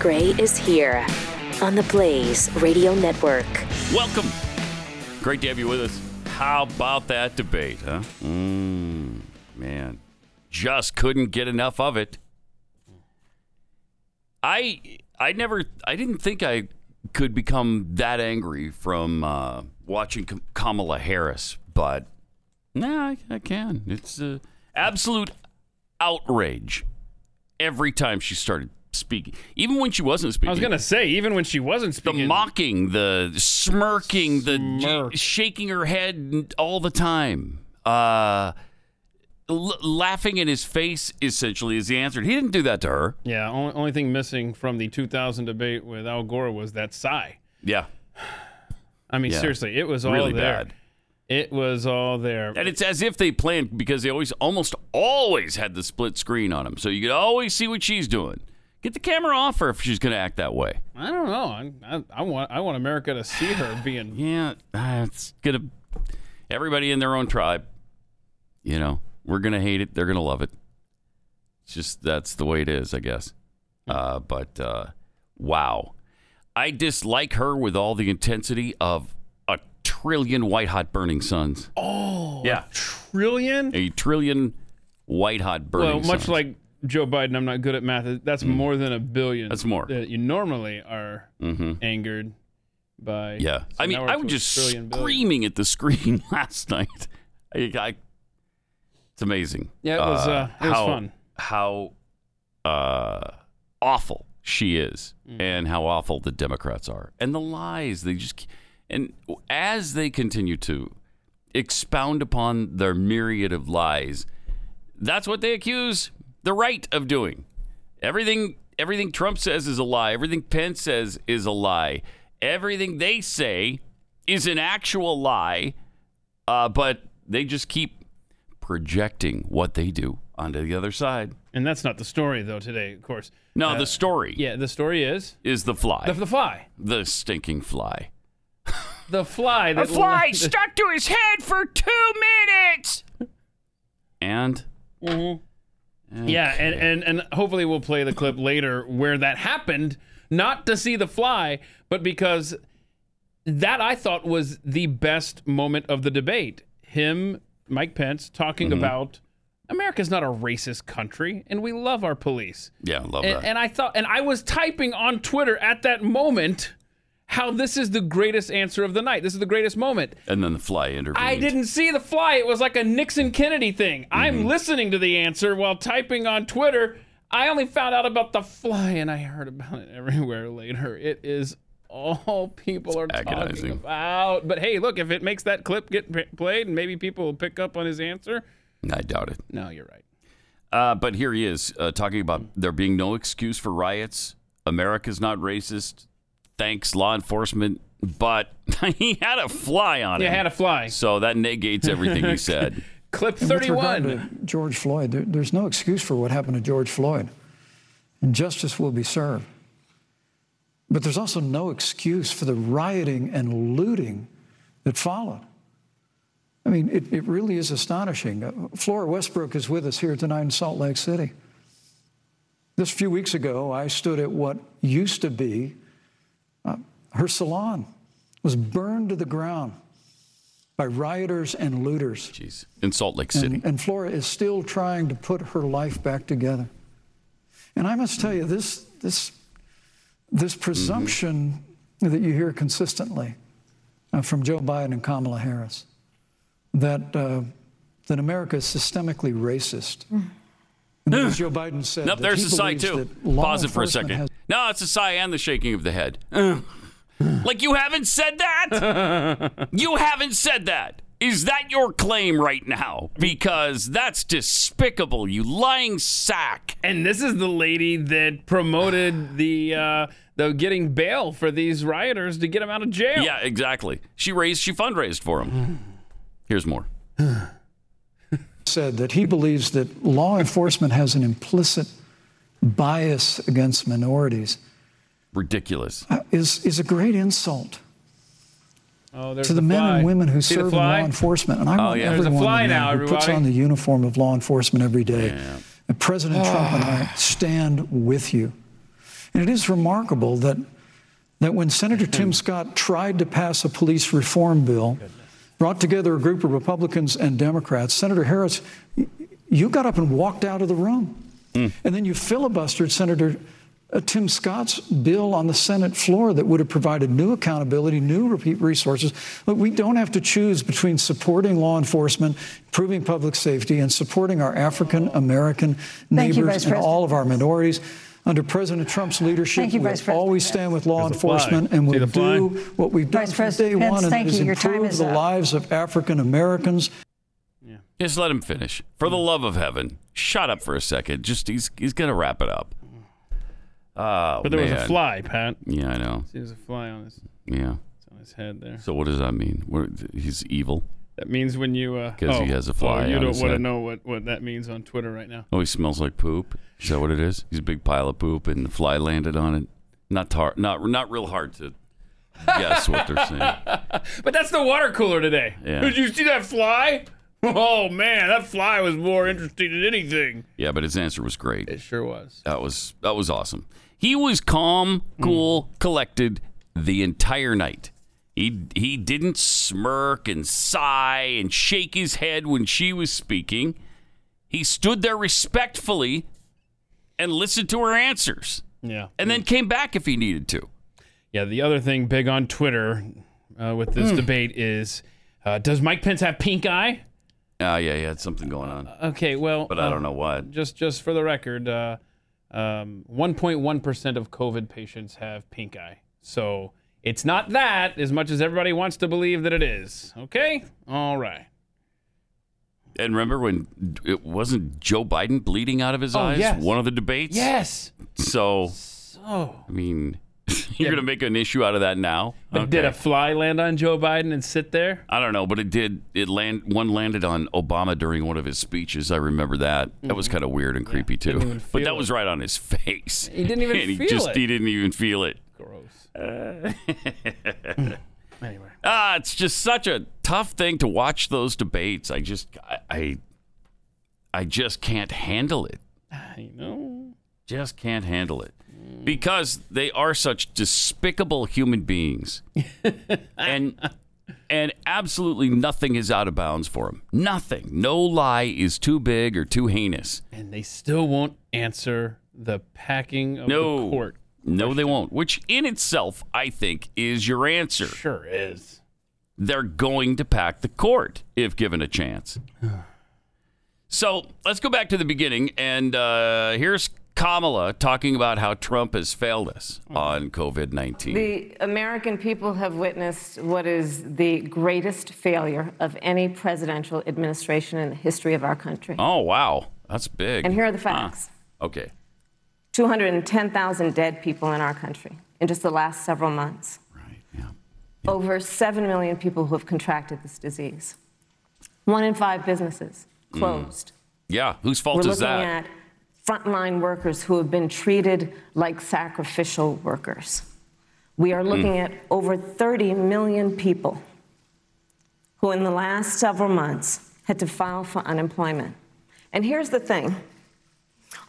Gray is here on the Blaze Radio Network. Welcome. Great to have you with us. How about that debate, huh? Mm, man, just couldn't get enough of it. I I never I didn't think I could become that angry from uh, watching Kam- Kamala Harris, but nah, I, I can. It's uh, absolute outrage every time she started speaking, even when she wasn't speaking. I was gonna say, even when she wasn't the speaking, mocking, the smirking, the Smirk. j- shaking her head all the time, uh, l- laughing in his face. Essentially, is the answer. He didn't do that to her. yeah. Only, only thing missing from the 2000 debate with Al Gore was that sigh. Yeah, I mean, Yeah. seriously, it was all really there. bad. It was all there. And it's as if they planned because they always, almost always had the split screen on them, so you could always see what she's doing. Get the camera off her if she's going to act that way. I don't know. I, I, I want I want America to see her being. Yeah, ah, it's gonna. Everybody in their own tribe. You know, we're gonna hate it. They're gonna love it. It's just that's the way it is, I guess. Uh, but uh, wow, I dislike her with all the intensity of a trillion white hot burning suns. Oh, yeah, trillion. a trillion white hot burning. Well, much suns. like Joe Biden, I'm not good at math. That's more than a billion. Mm. That's more. That you normally are angered by. Mm-hmm. Yeah. So I mean, now we're I up to was a just trillion billion. screaming at the screen last night. I, I, it's amazing. Yeah, it was, uh, it was how, fun. How uh, awful she is Mm. and how awful the Democrats are and the lies they just and as they continue to expound upon their myriad of lies, that's what they accuse the right of doing. Everything everything Trump says is a lie. Everything Pence says is a lie. Everything they say is an actual lie. Uh, but they just keep projecting what they do onto the other side. And that's not the story though today, of course. No, Uh, the story Yeah, the story is is the fly, the, the fly. the stinking fly. The fly. That stuck to his head for two minutes. And Mhm. Yeah, and, and and hopefully we'll play the clip later where that happened, not to see the fly, but because that I thought was the best moment of the debate. Him, Mike Pence, talking about America's not a racist country, and we love our police. yeah, love And, that. and I thought, and I was typing on Twitter at that moment how this is the greatest answer of the night. This is the greatest moment. And then the fly intervened. I didn't see the fly. It was like a Nixon Kennedy thing. I'm Mm-hmm. listening to the answer while typing on Twitter. I only found out about the fly and I heard about it everywhere later. It is all people are agonizing. talking about. But hey, look, if it makes that clip get p- played and maybe people will pick up on his answer. I doubt it. No, you're right. Uh, but here he is uh, talking about there being no excuse for riots. America's not racist. Thanks, law enforcement. But he had a fly on You him. had a fly. so that negates everything he said. Clip And with regard 31. to George Floyd, there, there's no excuse for what happened to George Floyd. And justice will be served. But there's also no excuse for the rioting and looting that followed. I mean, it, it really is astonishing. Uh, Flora Westbrook is with us here tonight in Salt Lake City. Just a few weeks ago, I stood at what used to be uh, her salon, It was burned to the ground by rioters and looters. Jeez. In Salt Lake City. And, and Flora is still trying to put her life back together. And I must tell you, this this this Mm-hmm. presumption that you hear consistently uh, from Joe Biden and Kamala Harris that uh, that America is systemically racist. And then as Joe Biden said, Nope, that there's he the sigh believes too. that law Pause it for a enforcement second. has- No, it's a sigh and the shaking of the head. like you haven't said that. you haven't said that. Is that your claim right now? Because that's despicable, you lying sack. And this is the lady that promoted the uh, the getting bail for these rioters to get them out of jail. Yeah, exactly. She raised, she fundraised for him. Here's more. said that he believes that law enforcement has an implicit bias against minorities Ridiculous. uh, is is a great insult. Oh, there's to the, men fly. and women who See the serve in fly? Oh, law enforcement. And I want yeah. There's a everyone fly to know now, who puts everybody. on the uniform of law enforcement every day. And President Trump and I stand with you. And it is remarkable that, that when Senator Tim Scott tried to pass a police reform bill, brought together a group of Republicans and Democrats, Senator Harris, y- you got up and walked out of the room. And then you filibustered Senator uh, Tim Scott's bill on the Senate floor that would have provided new accountability, new repeat resources. Look, we don't have to choose between supporting law enforcement, improving public safety, and supporting our African American Thank you, neighbors Vice and President. all of our minorities. Under President Trump's leadership, Thank you, we Vice have always stand with law There's a flag. enforcement and See we'll the flag? do what we've done Vice from day President Pence, one, and that thank is you. Your time improve is the up. lives of African Americans. Just let him finish. For the love of heaven, shut up for a second. Just he's he's gonna wrap it up. Oh, But there was a man. fly, Pat. Yeah, I know. There's a fly on his Yeah. on his head there. So what does that mean? What, he's evil. That means when you uh 'Cause he has a fly Oh, you on don't his want to head. know what what that means on Twitter right now. Oh, he smells like poop. Is that what it is? He's a big pile of poop, and the fly landed on it. Not tar- not not real hard to guess what they're saying. But that's the water cooler today. Yeah. Did you see that fly? Oh man, that fly was more interesting than anything. Yeah, but his answer was great. It sure was. That was that was awesome. He was calm, Hmm. cool, collected the entire night. He he didn't smirk and sigh and shake his head when she was speaking. He stood there respectfully and listened to her answers Yeah. and then came back if he needed to. Yeah. The other thing big on Twitter uh, with this debate is, uh, does Mike Pence have pink eye? Ah, yeah, he had something going on, Okay. Well, but I don't know what. Just just for the record, uh, um, 1.1% of COVID patients have pink eye. So it's not that as much as everybody wants to believe that it is. Okay. All right. And remember when it wasn't Joe Biden bleeding out of his Oh, eyes? yes. One of the debates. Yes. So So. I mean, you're gonna make an issue out of that now? But Okay. did a fly land on Joe Biden and sit there? I don't know, but it did. It land one landed on Obama during one of his speeches. I remember that. That was kind of weird and creepy too. Mm-hmm. even But feel that it. was right on his face. He didn't even and he feel just, it. He didn't even feel it. Gross. anyway. Ah, it's just such a tough thing to watch those debates. I just, I, I, I just can't handle it. I know. Just can't handle it because they are such despicable human beings, and and absolutely nothing is out of bounds for them. Nothing. No lie is too big or too heinous. And they still won't answer the packing of No the court. No, they won't. Which in itself, I think, is your answer. Sure is. They're going to pack the court if given a chance. so let's go back to the beginning, and uh, here's Kamala talking about how Trump has failed us on COVID nineteen. The American people have witnessed what is the greatest failure of any presidential administration in the history of our country. Oh wow, that's big. And here are the facts Okay, 210,000 dead people in our country in just the last several months, right, yeah. over 7 million people who have contracted this disease, one in five businesses closed. Yeah, whose fault We're is looking that? at frontline workers who have been treated like sacrificial workers. We Hmm. are looking at over 30 million people who, in the last several months, had to file for unemployment. And here's the thing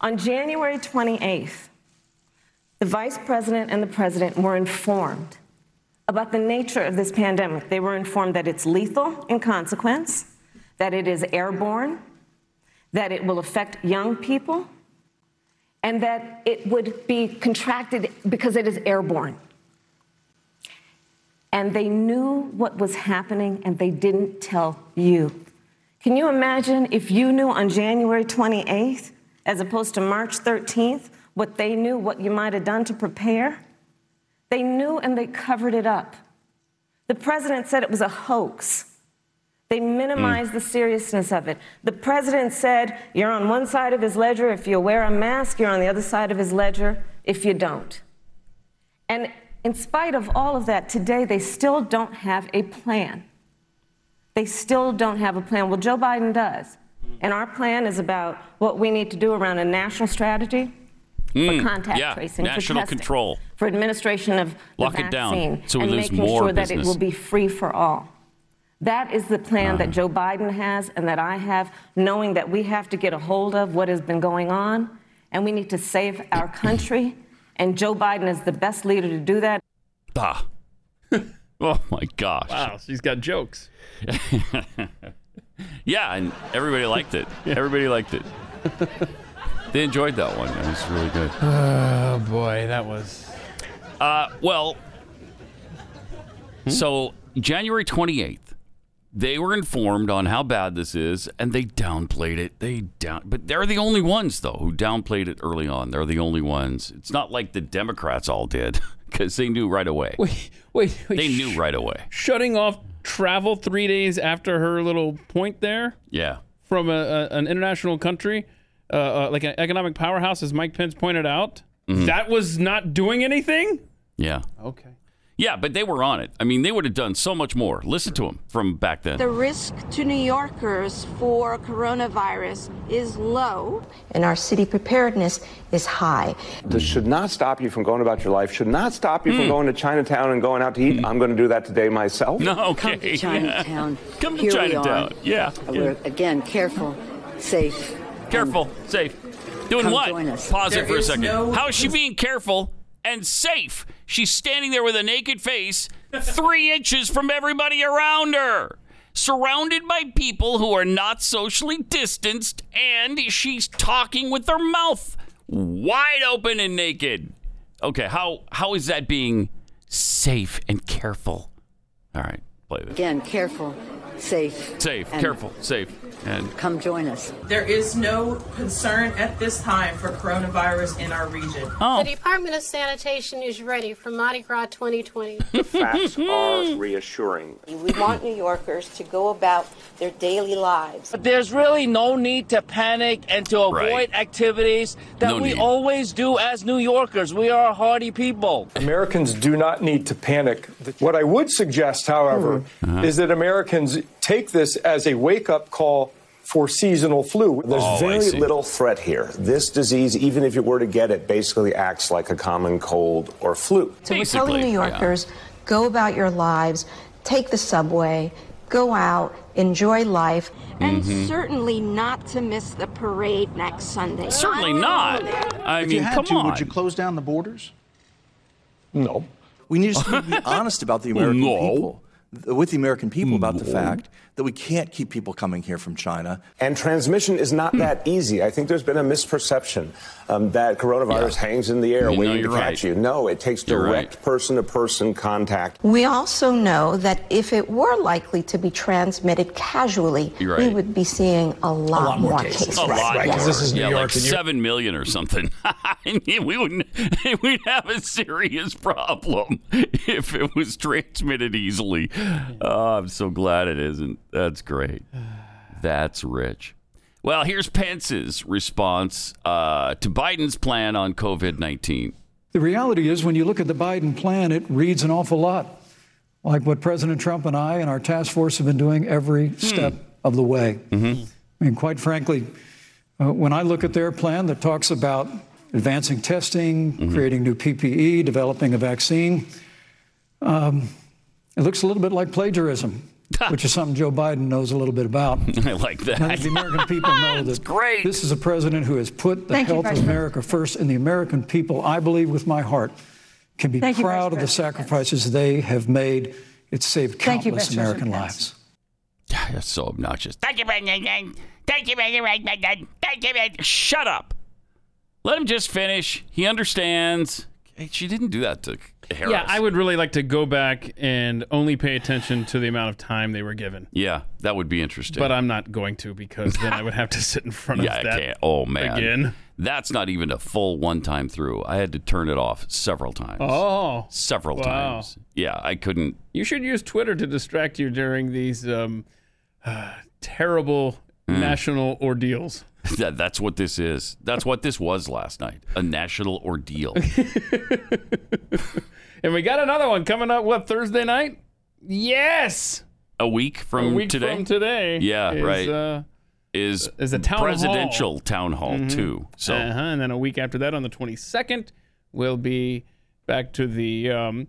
on January 28th, the vice president and the president were informed about the nature of this pandemic. They were informed that it's lethal in consequence, that it is airborne, that it will affect young people, and that it would be contracted because it is airborne. And they knew what was happening and they didn't tell you. Can you imagine if you knew on January 28th, as opposed to March 13th, what they knew, what you might have done to prepare? They knew and they covered it up. The president said it was a hoax. They Hmm. minimized the seriousness of it. The president said, You're on one side of his ledger if you wear a mask, you're on the other side of his ledger if you don't. And in spite of all of that, today they still don't have a plan. They still don't have a plan. Well, Joe Biden does. Hmm. And our plan is about what we need to do around a national strategy Mm, for contact yeah, tracing, national for testing, control. for administration of Lock the it down vaccine, so we and lose making more sure that it business. will be free for all. That is the plan that Uh. Joe Biden has and that I have, knowing that we have to get a hold of what has been going on and we need to save our country And Joe Biden is the best leader to do that. Bah. oh my gosh. Wow, she's got jokes. yeah, and everybody liked it. Everybody liked it. they enjoyed that one. It was really good. Oh boy, that was. Uh, well, so January 28th, they were informed on how bad this is, and they downplayed it. They down, but they're the only ones though who downplayed it early on. They're the only ones. It's not like the Democrats all did because they knew right away. Wait, wait, wait. They sh- knew right away. Shutting off travel three days after her little point there Yeah, from a, a, an international country, uh, uh, like an economic powerhouse, as Mike Pence pointed out. Mm-hmm. That was not doing anything. yeah, Okay. yeah. But they were on it. I mean, they would have done so much more. Listen to them from back then. The risk to New Yorkers for coronavirus is low. and our city preparedness is high. This should not stop you from going about your life. Should not stop you Hmm. from going to Chinatown and going out to eat. I'm going to do that today myself. No, Come okay. to Chinatown. Come to Here Chinatown. We Yeah. are. We're again careful, safe. Careful, safe. Doing Come what? join us. Pause There it for a is second. no- How is she being careful and safe? She's standing there with a naked face, three inches from everybody around her, surrounded by people who are not socially distanced, and she's talking with her mouth wide open and naked. Okay, how how is that being safe and careful? All right, play this. Again careful, safe. Safe, and careful, safe, and Come join us. There is no concern at this time for coronavirus in our region. oh. The Department of Sanitation is ready for Mardi Gras 2020. Facts are reassuring. We want New Yorkers to go about their daily lives. There's really no need to panic and to avoid Right. activities that No we need. always do as New Yorkers. We are a hardy people. Americans do not need to panic. What I would suggest, however, is that Americans take this as a wake up call for seasonal flu. There's Oh, I very see. little threat here. This disease, even if you were to get it, basically acts like a common cold or flu. So we're telling Basically, New yeah. Yorkers go about your lives, take the subway, go out, enjoy life. And Mm-hmm. certainly not to miss the parade next Sunday. Certainly not. I mean, come on. Would you close No. We need to be honest about the American No. people- with the American people about the fact that we can't keep people coming here from China. And transmission is Hmm. not that easy. I think there's been a misperception um, that coronavirus Yeah. hangs in the air You know waiting to you're right. catch you. No, it takes You're right. direct person to person contact. We also know that if it were likely to be transmitted casually, You're we right. would be seeing a lot, more, cases. A lot Yes. more. is New yeah, York, like and you're- seven million or something. And we wouldn't. We'd have a serious problem if it was transmitted easily. Oh, I'm so glad it isn't. That's great. That's rich. Well, here's Pence's response uh, to Biden's plan on COVID 19. The reality is, when you look at the Biden plan, it reads an awful lot like what President Trump and I and our task force have been doing every step of the way. I mean, quite frankly, uh, when I look at their plan that talks about advancing testing, creating new PPE, developing a vaccine, um, it looks a little bit like plagiarism, which is something Joe Biden knows a little bit about. I like I think that. the American people know that great. this is a president who has put the Thank you, health of Vice President. America first, and the American people, I believe with my heart, can be Thank you, proud Vice of the President Pence. sacrifices they have made. It's saved Thank you, countless Vice President American Pence. lives. That's so obnoxious. Thank you, Biden. Thank you, Biden. Thank you, Biden. Shut up. Let him just finish. He understands. Hey, she didn't do that to Harris. Yeah, I would really like to go back and only pay attention to the amount of time they were given. Yeah, that would be interesting. But I'm not going to because then I would have to sit in front yeah, of I that can't. Oh man, again. that's not even a full one time through. I had to turn it off several times. Oh, several wow. times. Yeah, I couldn't. You should use Twitter to distract you during these um, terrible Mm. national ordeals. That, that's what this is. That's what this was last night. A national ordeal. And we got another one coming up, what, Thursday night? Yes! a week from a week today from today. Yeah, is, right. Uh, is Is a town hall. presidential town hall too. So uh-huh, and then a week after that, on the 22nd, we'll be back to the um,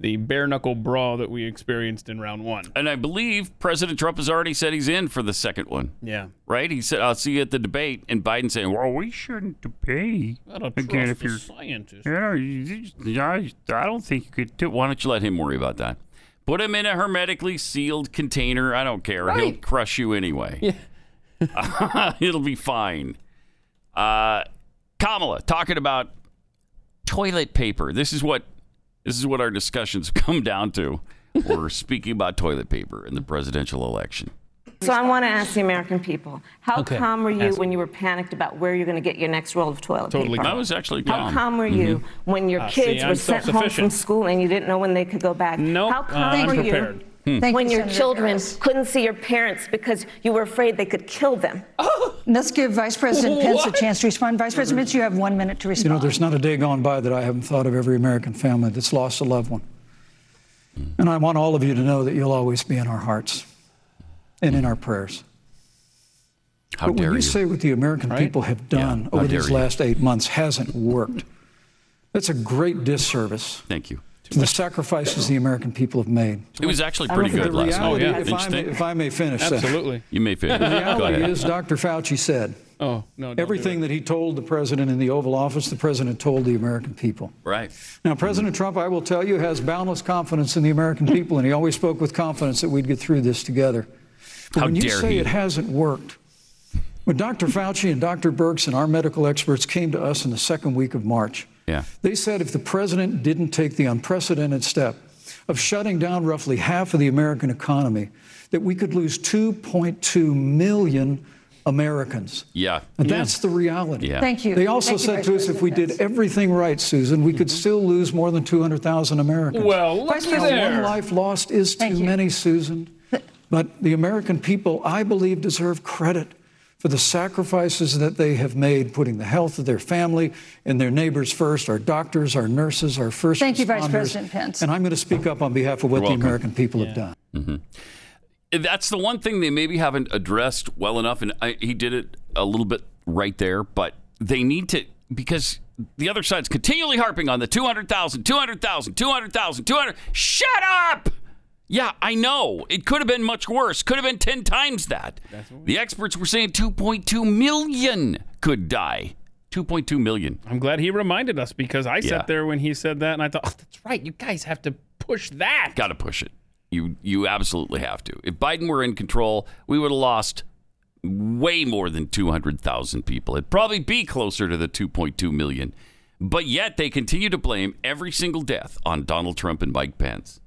the bare knuckle brawl that we experienced in round one. And I believe President Trump has already said he's in for the second one. Yeah. Right? He said, I'll see you at the debate. And Biden saying, well, we shouldn't debate. I don't Again, trust if the you're- scientist. Yeah, you- you- I I don't think you could do Why don't you let him worry about that? Put him in a hermetically sealed container. I don't care. He'll Right. crush you anyway. It'll be fine. Uh, Kamala talking about toilet paper. This is what this is what our discussions come down to. We're speaking about toilet paper in the presidential election. So I want to ask the American people, how Okay, calm were you ask. when you were panicked about where you're going to get your next roll of toilet Totally paper? calm. I was actually How calm. calm were you when your Ah, see, kids I'm were sent home from self-sufficient. school and you didn't know when they could go back? No. How calm I'm were prepared. you Hmm. Thank when you, your Senator children couldn't see your parents because you were afraid they could kill them? Let's give Vice President Pence a What? chance to respond. Vice President Pence, you have one minute to You know, respond. there's not a day gone by that I haven't thought of every American family that's lost a loved one. Hmm. And I want all of you to know that you'll always be in our hearts and in our prayers. How but when dare you, you. say what the American people have done how over dare these you. last eight months hasn't worked, that's a great disservice Thank you. to the sacrifices the American people have made. It was actually pretty But good the last Oh, night. reality, Didn't If, you I may, think? Oh, if I may finish, uh, Senator. Absolutely. You may finish. The Go reality ahead. is, Dr. Fauci said. Oh, no. Everything that he told the president in the Oval Office, the president told the American people. Right. Now, President Trump, I will tell you, has boundless confidence in the American people, and he always spoke with confidence that we'd get through this together. But How when you dare say he. it hasn't worked, when Dr. Fauci and Dr. Birx and our medical experts came to us in the second week of March, Yeah. they said if the president didn't take the unprecedented step of shutting down roughly half of the American economy, that we could lose 2.2 million Americans. Yeah. And that's the reality. Yeah. Thank you. They also Thank you, said Vice to us if we did everything right, Susan, we Mm-hmm. could still lose more than 200,000 Americans. Well, looky Vice President, there. one life lost is too many, Susan. But the American people, I believe, deserve credit for the sacrifices that they have made, putting the health of their family and their neighbors first, our doctors, our nurses, our first Thank you, Vice responders. President Pence. And I'm going to speak up on behalf of what the American people have done. that's the one thing they maybe haven't addressed well enough, and I, he did it a little bit right there. But they need to because the other side's continually harping on the 200,000, 200,000, 200,000, 200. Shut up! Yeah, I know. It could have been much worse. Could have been 10 times that. The experts were saying 2.2 million could die. 2.2 million. I'm glad he reminded us because I Yeah. sat there when he said that and I thought, oh, that's right. You guys have to push that. Got to push it. You you absolutely have to. If Biden were in control, we would have lost way more than 200,000 people. It'd probably be closer to the 2.2 million. But yet they continue to blame every single death on Donald Trump and Mike Pence.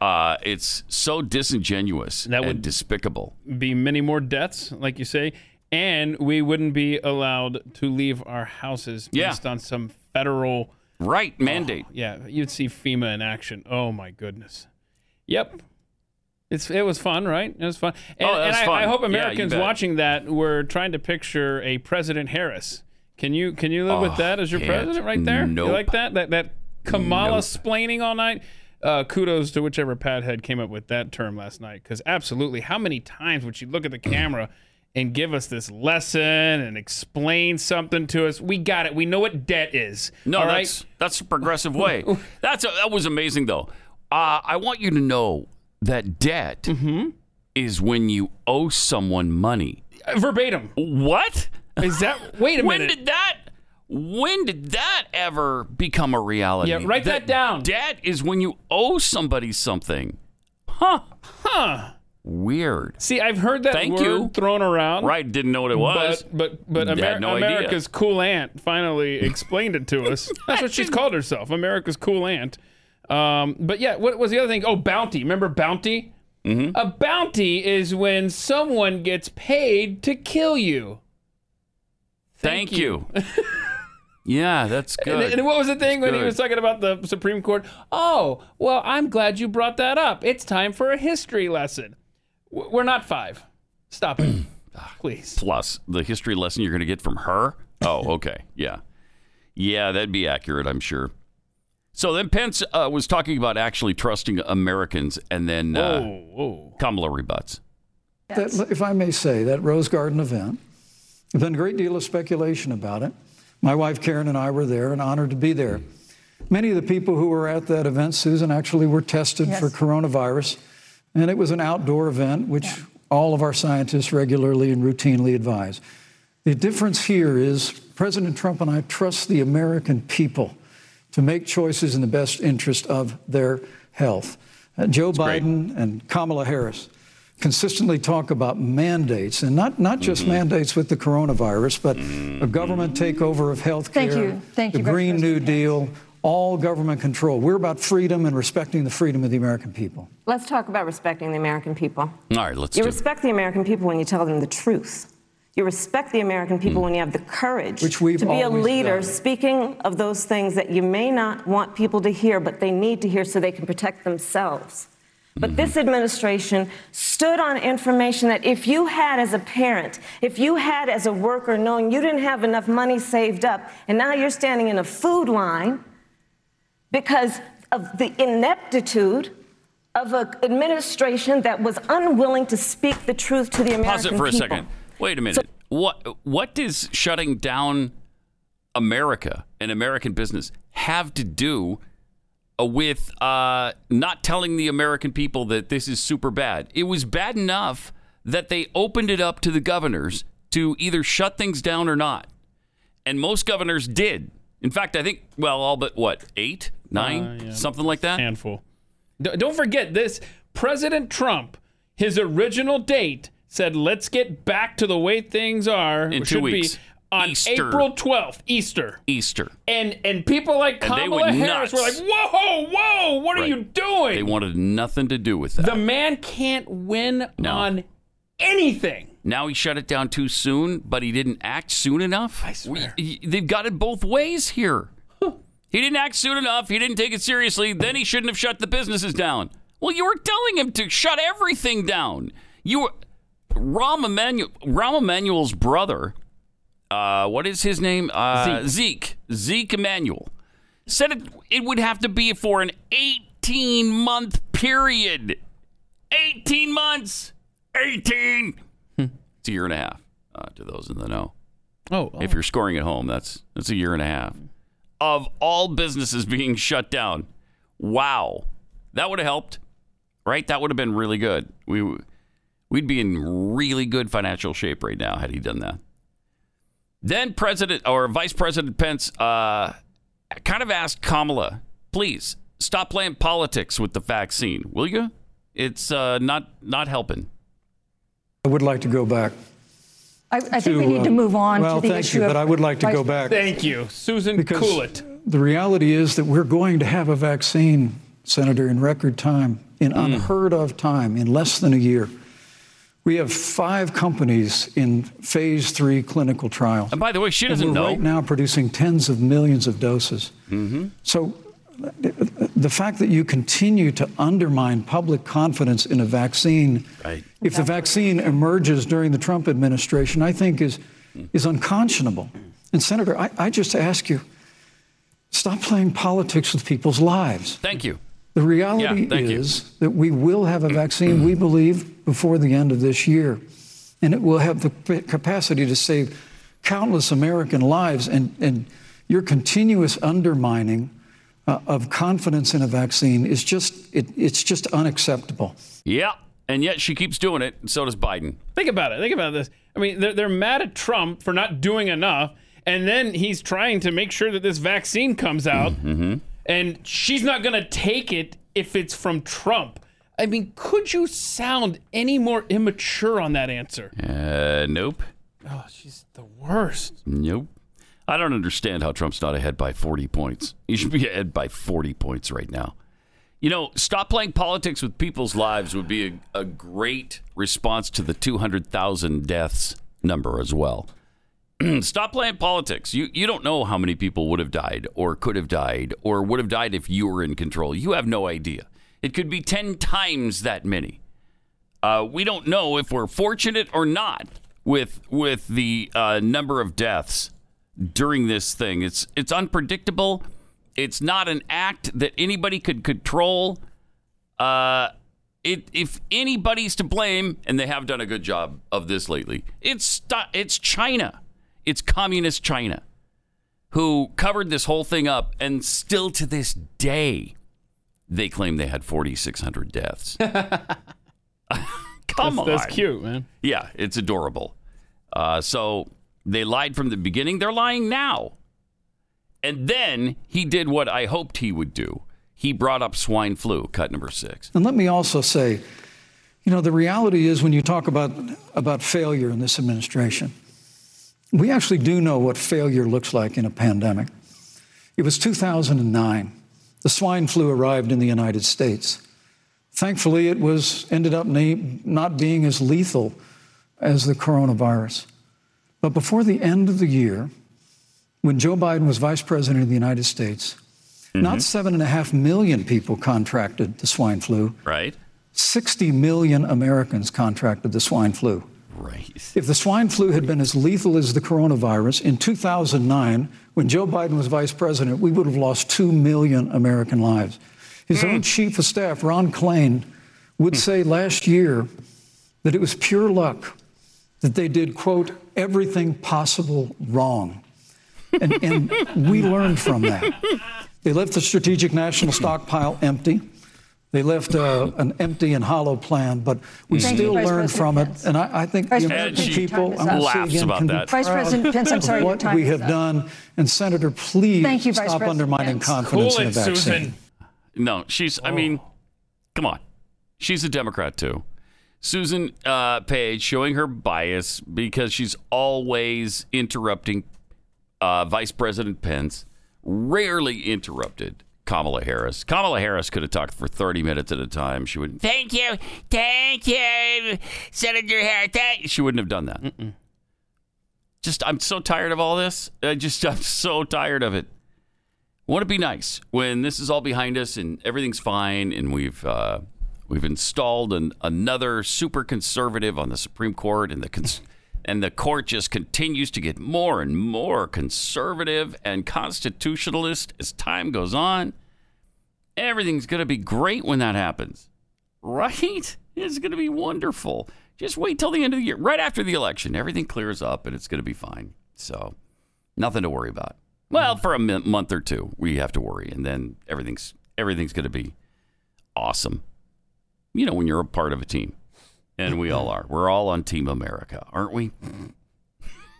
Uh, it's so disingenuous That and would- despicable. Be many more deaths, like you say, and we wouldn't be allowed to leave our houses Yeah. based on some federal right mandate. yeah, you'd see FEMA in action. Oh my goodness. Yep. It's it was fun, right? It was fun. And, Oh, that and was I, fun. I hope Yeah, you Americans bet. watching that were trying to picture a President Harris. Can you can you live Oh, with that as your can't. president right there? Nope. You like that? That that Kamala Nope. splaining all night? Uh, kudos to whichever padhead came up with that term last night. Because absolutely, how many times would she look at the camera and give us this lesson and explain something to us? We got it. We know what debt is. No, all right? that's that's a progressive way. that's a, that was amazing though. Uh, I want you to know that debt Mm-hmm. is when you owe someone money. Uh, verbatim. What is that? Wait a when minute. did that? When did that ever become a reality? Yeah, write that down. Debt is when you owe somebody something. Huh? Huh? Weird. See, I've heard that Thank word you. thrown around. Right? Didn't know what it was. But but, but Had Amer- no idea. America's cool aunt finally explained it to us. That's what she's called herself, America's cool aunt. Um, but yeah, what was the other thing? Oh, bounty. Remember bounty? Mm-hmm. A bounty is when someone gets paid to kill you. Thank, you. yeah, that's And, good. and what was the thing That's when he good. was talking about the Supreme Court? Oh, well, I'm glad you brought that up. It's time for a history lesson. W- We're not five. Stop it. Ah, Please. plus the history lesson you're going to get from her. Oh, okay. Yeah. Yeah, that'd be accurate, I'm sure. So then Pence uh, was talking about actually trusting Americans, and then uh, Oh. Kamala rebuts. That, if I may say, that Rose Garden event, there's been a great deal of speculation about it. My wife Karen and I were there and honored to be there. Many of the people who were at that event, Susan, actually were tested for coronavirus. And it was an outdoor event, which all of our scientists regularly and routinely advise. The difference here is President Trump and I trust the American people to make choices in the best interest of their health. Uh, Joe Biden and Kamala Harris consistently talk about mandates, and not, not just mandates with the coronavirus, but a government takeover of health care, Thank you. Thank the you, Vice Green New Deal, all government control. We're about freedom and respecting the freedom of the American people. Let's talk about respecting the American people. All right, let's you do it. respect the American people when you tell them the truth. You respect the American people when you have the courage Hmm. Which we've to be a always leader done. speaking of those things that you may not want people to hear, but they need to hear so they can protect themselves. But this administration stood on information that if you had as a parent, if you had as a worker knowing you didn't have enough money saved up, and now you're standing in a food line because of the ineptitude of an administration that was unwilling to speak the truth to the American Pause it for a people. second. Wait a minute. what what does shutting down America and American business have to do with uh, not telling the American people that this is super bad? It was bad enough that they opened it up to the governors to either shut things down or not, and most governors did. In fact, I think well, all but what eight, nine, something like that. Handful. D- don't forget this President Trump, his original date said, let's get back to the way things are. In It two should weeks. Be on Easter. April 12th, Easter. Easter. And and people like And they Kamala went Harris were like, nuts. whoa, whoa, what are Right. you doing? They wanted nothing to do with that. The man can't win No. on anything. Now he shut it down too soon, but he didn't act soon enough. I swear. they've got it both ways here. He didn't act soon enough. He didn't take it seriously. Then he shouldn't have shut the businesses down. Well, you were telling him to shut everything down. You were Rahm Emanuel, Rahm Emanuel's brother. Uh, what is his name? Uh, Zeke. Zeke Emanuel said it, it would have to be for an 18 month period. 18 months. 18. It's a year and a half uh, to those in the know. Oh, If you're scoring at home, that's that's a year and a half of all businesses being shut down. Wow, that would have helped, right? That would have been really good. We we'd be in really good financial shape right now had he done that. Then President or Vice President Pence uh, kind of asked Kamala, "Please stop playing politics with the vaccine, will you? It's uh, not not helping." I would like to go back. I, I think we to, need to uh, move on well, to the thank issue you, of. but I would like to go Vice- back. Thank you, Susan. Because cool it. The reality is that we're going to have a vaccine, Senator, in record time, in Mm. unheard of time, in less than a year. We have five companies in phase three clinical trials. And by the way, she And doesn't we're know. Mm-hmm. Right now, producing tens of millions of doses. So, the fact that you continue to undermine public confidence in a vaccine, if the vaccine emerges during the Trump administration, I think is Mm. is unconscionable. And Senator, I, I just ask you, stop playing politics with people's lives. Thank you. The reality Yeah, thank you. is that we will have a vaccine, we believe, before the end of this year. And it will have the p- capacity to save countless American lives. And, and your continuous undermining uh, of confidence in a vaccine is just, it, it's just unacceptable. Yeah, and yet she keeps doing it. And so does Biden. Think about it. Think about this. I mean, they're, they're mad at Trump for not doing enough, and then he's trying to make sure that this vaccine comes out, Mm-hmm. and she's not going to take it if it's from Trump. I mean, could you sound any more immature on that answer? Uh, nope. Oh, she's the worst. Nope. I don't understand how Trump's not ahead by 40 points. He should be ahead by 40 points right now. You know, stop playing politics with people's lives would be a, a great response to the 200,000 deaths number as well. stop playing politics. You you don't know how many people would have died or could have died or would have died if you were in control. You have no idea. It could be 10 times that many. Uh, we don't know if we're fortunate or not with with the uh, number of deaths during this thing. It's it's unpredictable. It's not an act that anybody could control. Uh, it, if anybody's to blame, and they have done a good job of this lately, it's sti- it's China. It's communist China. who covered this whole thing up, and still to this day, they claim they had 4,600 deaths. Come that's, on. That's cute, man. Yeah, it's adorable. Uh, so they lied from the beginning. They're lying now. And then he did what I hoped he would do. He brought up swine flu, cut number six. And let me also say, you know, the reality is when you talk about, about failure in this administration, we actually do know what failure looks like in a pandemic. It was 2009. The swine flu arrived in the United States. Thankfully, it was ended up na- not being as lethal as the coronavirus. But before the end of the year, when Joe Biden was vice president of the United States, not seven and a half million people contracted the swine flu. Right. 60 million Americans contracted the swine flu. Right. If the swine flu had been as lethal as the coronavirus in 2009, when Joe Biden was vice president, we would have lost 2 million American lives. His own chief of staff, Ron Klain, would say last year that it was pure luck that they did, quote, everything possible wrong. And, and we learned from that. They left the Strategic National Stockpile empty. They left uh, an empty and hollow plan, but we Thank you, still Vice learned President from it. Pence. And I, I think Vice the President American Pence, your people time is up. I wanna say Laughs again, about can be that. Vice proud President Pence, I'm of sorry, your what time we is have up. done. And Senator, please Thank you, Vice stop President undermining Pence. confidence Cool in it, the vaccine. Susan. No, she's, I mean, come on. She's a Democrat, too. Susan uh, Page showing her bias because she's always interrupting uh, Vice President Pence, rarely interrupted Kamala Harris. Kamala Harris could have talked for 30 minutes at a time. She would Thank you. Thank you, Senator Harris. She wouldn't have done that. Just, I'm so tired of all this. I just, I'm so tired of it. Won't it be nice when this is all behind us and everything's fine and we've uh, we've installed an, another super conservative on the Supreme Court and the cons- and the court just continues to get more and more conservative and constitutionalist as time goes on. Everything's going to be great when that happens, right? It's going to be wonderful. Just wait till the end of the year, right after the election, everything clears up and it's going to be fine. So, nothing to worry about. Well, for a mi- month or two, we have to worry, and then everything's everything's going to be awesome. You know, when you're a part of a team, and we all are. We're all on Team America, aren't we?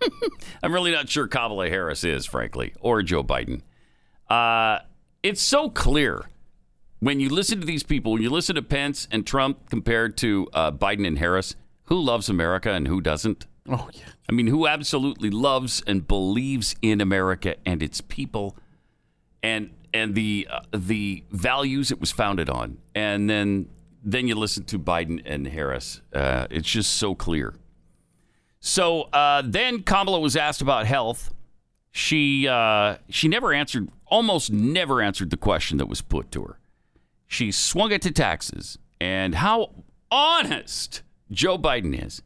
I'm really not sure Kamala Harris is, frankly, or Joe Biden. Uh, it's so clear when you listen to these people, when you listen to Pence and Trump compared to uh, Biden and Harris, who loves America and who doesn't? Oh, yeah. I mean, who absolutely loves and believes in America and its people and and the uh, the values it was founded on. And then then you listen to Biden and Harris. Uh, it's just so clear. So uh, then Kamala was asked about health. She uh, she never answered, almost never answered the question that was put to her. She swung it to taxes and how honest Joe Biden is.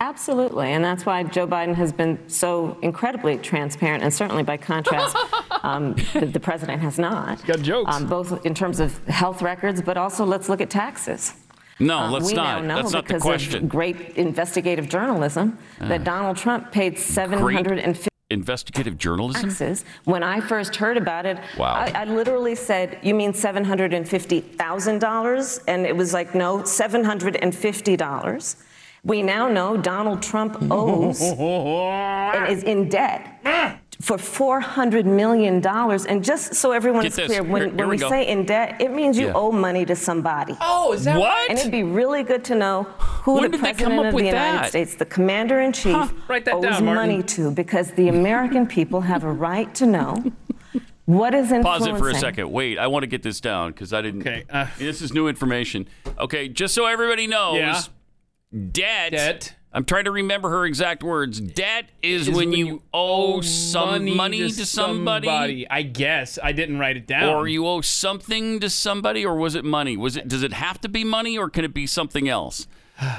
Absolutely, and that's why Joe Biden has been so incredibly transparent, and certainly by contrast, um, the, the president has not. Got jokes. Um, both in terms of health records, but also let's look at taxes. No, Um, Oh, let's we not. Now know That's not the because question. Of great investigative journalism Uh, that Donald Trump paid seven hundred and fifty Investigative journalism. taxes. When I first heard about it, Wow. I, I literally said, "You mean seven hundred and fifty thousand dollars?" And it was like, "No, seven hundred and fifty dollars." We now know Donald Trump owes and is in debt for four hundred million dollars. And just so everyone Get is this. clear, when, Here- here when we we go. say in debt, it means you Yeah. owe money to somebody. Oh, is that What? right? And it'd be really good to know who When the did they come president up of the with United that? States, the commander in chief, Huh, write that owes down, Martin. money to, because the American people have a right to know what is Pause influencing. it for a second. Wait, I want to get this down because I didn't. Okay, uh, this is new information. Okay, just so everybody knows, Yeah. debt. I'm trying to remember her exact words. Debt is, Is when, when you, owe some money, to to, somebody, I guess I didn't write it down. or you owe something to somebody, or was it money? Was it? Does it have to be money, or can it be something else?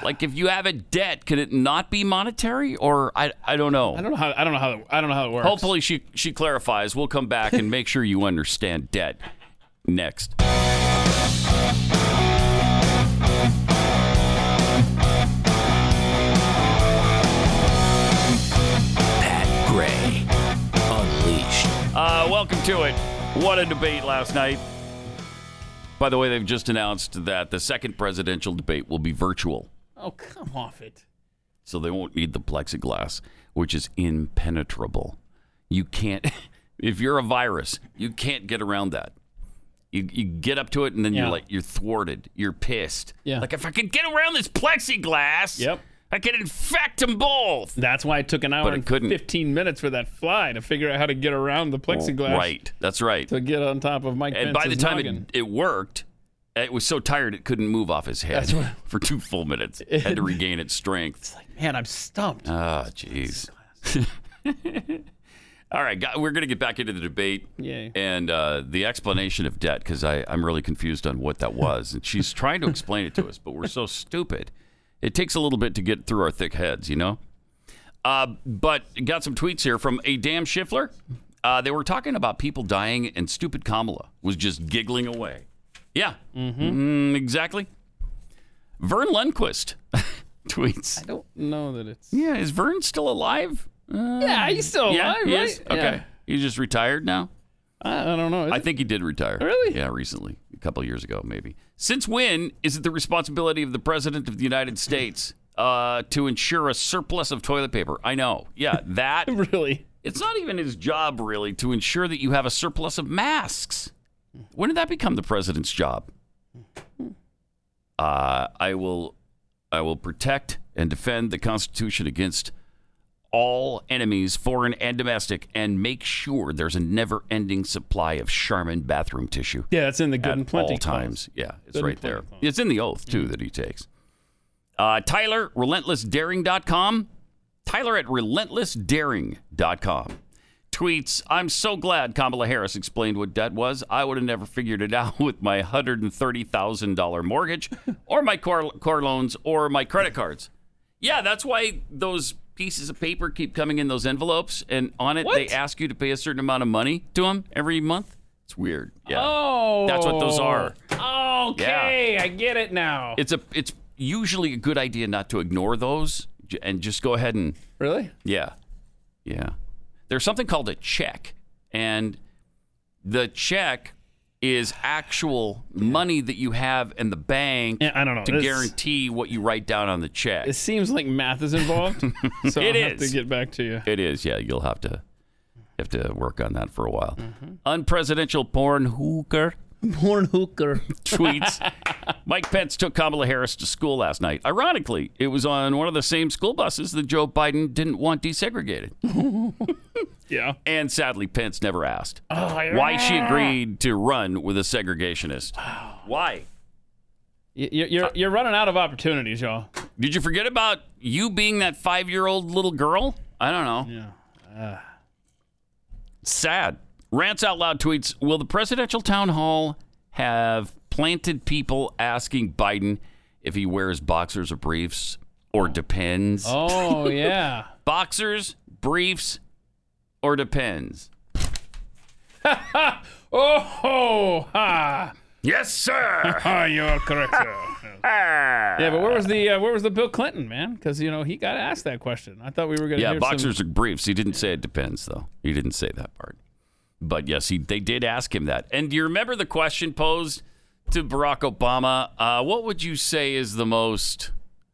like if you have a debt, can it not be monetary? Or I, I don't know. I don't know how. I don't know how. I don't know how it works. Hopefully she she clarifies. We'll come back and make sure you understand debt next. Pat Gray. Unleashed. Uh, Welcome to it. What a debate last night. By the way, they've just announced that the second presidential debate will be virtual, Oh, come off it. so they won't need the plexiglass, which is impenetrable. You can't, if you're a virus, you can't get around that. You, you get up to it and then Yeah. you're like, you're thwarted, you're pissed. Yeah. Like, if I could get around this plexiglass, yep. I could infect them both. That's why it took an hour But it and couldn't. 15 minutes for that fly to figure out how to get around the plexiglass Right. That's right. to get on top of Mike and by Pence's the time noggin. it, it worked, it was so tired it couldn't move off his head That's what- for two full minutes. It had to regain its strength. Man, I'm stumped. Ah, jeez. All right, got- we're going to get back into the debate Yay. and uh, the explanation of debt because I'm really confused on what that was. And she's trying to explain it to us, but we're so stupid. It takes a little bit to get through our thick heads, you know? Uh, but got some tweets here from a damn Schiffler. Uh, they were talking about people dying, and stupid Kamala was just giggling away. Yeah, mm, exactly. Vern Lundquist tweets. I don't know that it's. Yeah, is Vern still alive? Uh, yeah, he's still alive, yeah, he right? is. Okay, Yeah. he's just retired now. I, I don't know. I think he did retire. Really? Yeah, recently, a couple years ago, maybe. Since when is it the responsibility of the president of the United States uh, to ensure a surplus of toilet paper? I know. Yeah, that really. It's not even his job, really, to ensure that you have a surplus of masks. When did that become the president's job? Uh, I will, I will protect and defend the Constitution against all enemies, foreign and domestic, and make sure there's a never-ending supply of Charmin bathroom tissue. Yeah, that's in the good at and plenty all clause. times. Yeah, it's Good and right there. It's in the oath too that he takes. Uh, Tyler, relentlessdaring.com. Tyler at relentlessdaring.com tweets, I'm so glad Kamala Harris explained what debt was. I would have never figured it out with my $130,000 mortgage or my car, car loans or my credit cards. Yeah, that's why those pieces of paper keep coming in those envelopes, and on it they ask you to pay a certain amount of money to them every month. It's weird. Yeah. Oh. That's what those are. Okay, I get it now. It's a it's usually a good idea not to ignore those j- and just go ahead and Really? yeah. Yeah. There's something called a check and the check is actual money that you have in the bank I don't know. to This- guarantee what you write down on the check. It seems like math is involved. so It I'll have is. to get back to you. It is. Yeah, you'll have to have to work on that for a while. Mm-hmm. Unpresidential porn hooker. Porn hooker. tweets. Mike Pence took Kamala Harris to school last night. Ironically, it was on one of the same school buses that Joe Biden didn't want desegregated. yeah. And sadly, Pence never asked Oh, yeah. why she agreed to run with a segregationist. Why? You're, you're, you're running out of opportunities, y'all. Did you forget about you being that five year old little girl? I don't know. Yeah. Sad. Rants out loud tweets Will the presidential town hall have planted people asking Biden if he wears boxers or briefs or depends? Oh, yeah. Boxers, briefs, or depends? Oh, ho, ha. Yes, sir. you're correct. sir. yeah, but where was the uh, where was the Bill Clinton man? Because you know he got asked that question. I thought we were gonna Yeah, hear boxers Some... or briefs. He didn't say it depends, though. He didn't say that part. But yes, he, they did ask him that. And do you remember the question posed to Barack Obama? Uh, what would you say is the most?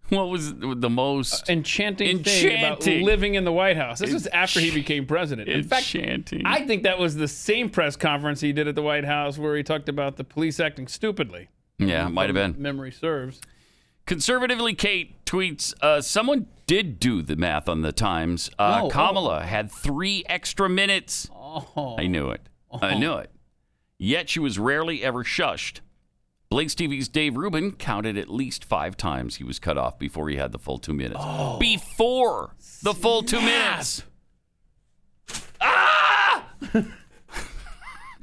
What was the Uh, most? Enchanting, thing Enchanting. about living in the White House. This was after he became president. In fact, enchanting. I think that was the same press conference he did at the White House where he talked about the police acting stupidly. yeah, it might have been. Memory serves. Conservatively Kate tweets uh, Someone did do the math on the times. Uh, Oh, oh. Kamala had three extra minutes. I knew it. I knew it. Yet she was rarely ever shushed. Blaze TV's Dave Rubin counted at least five times he was cut off before he had the full two minutes. Before the full two minutes. Ah!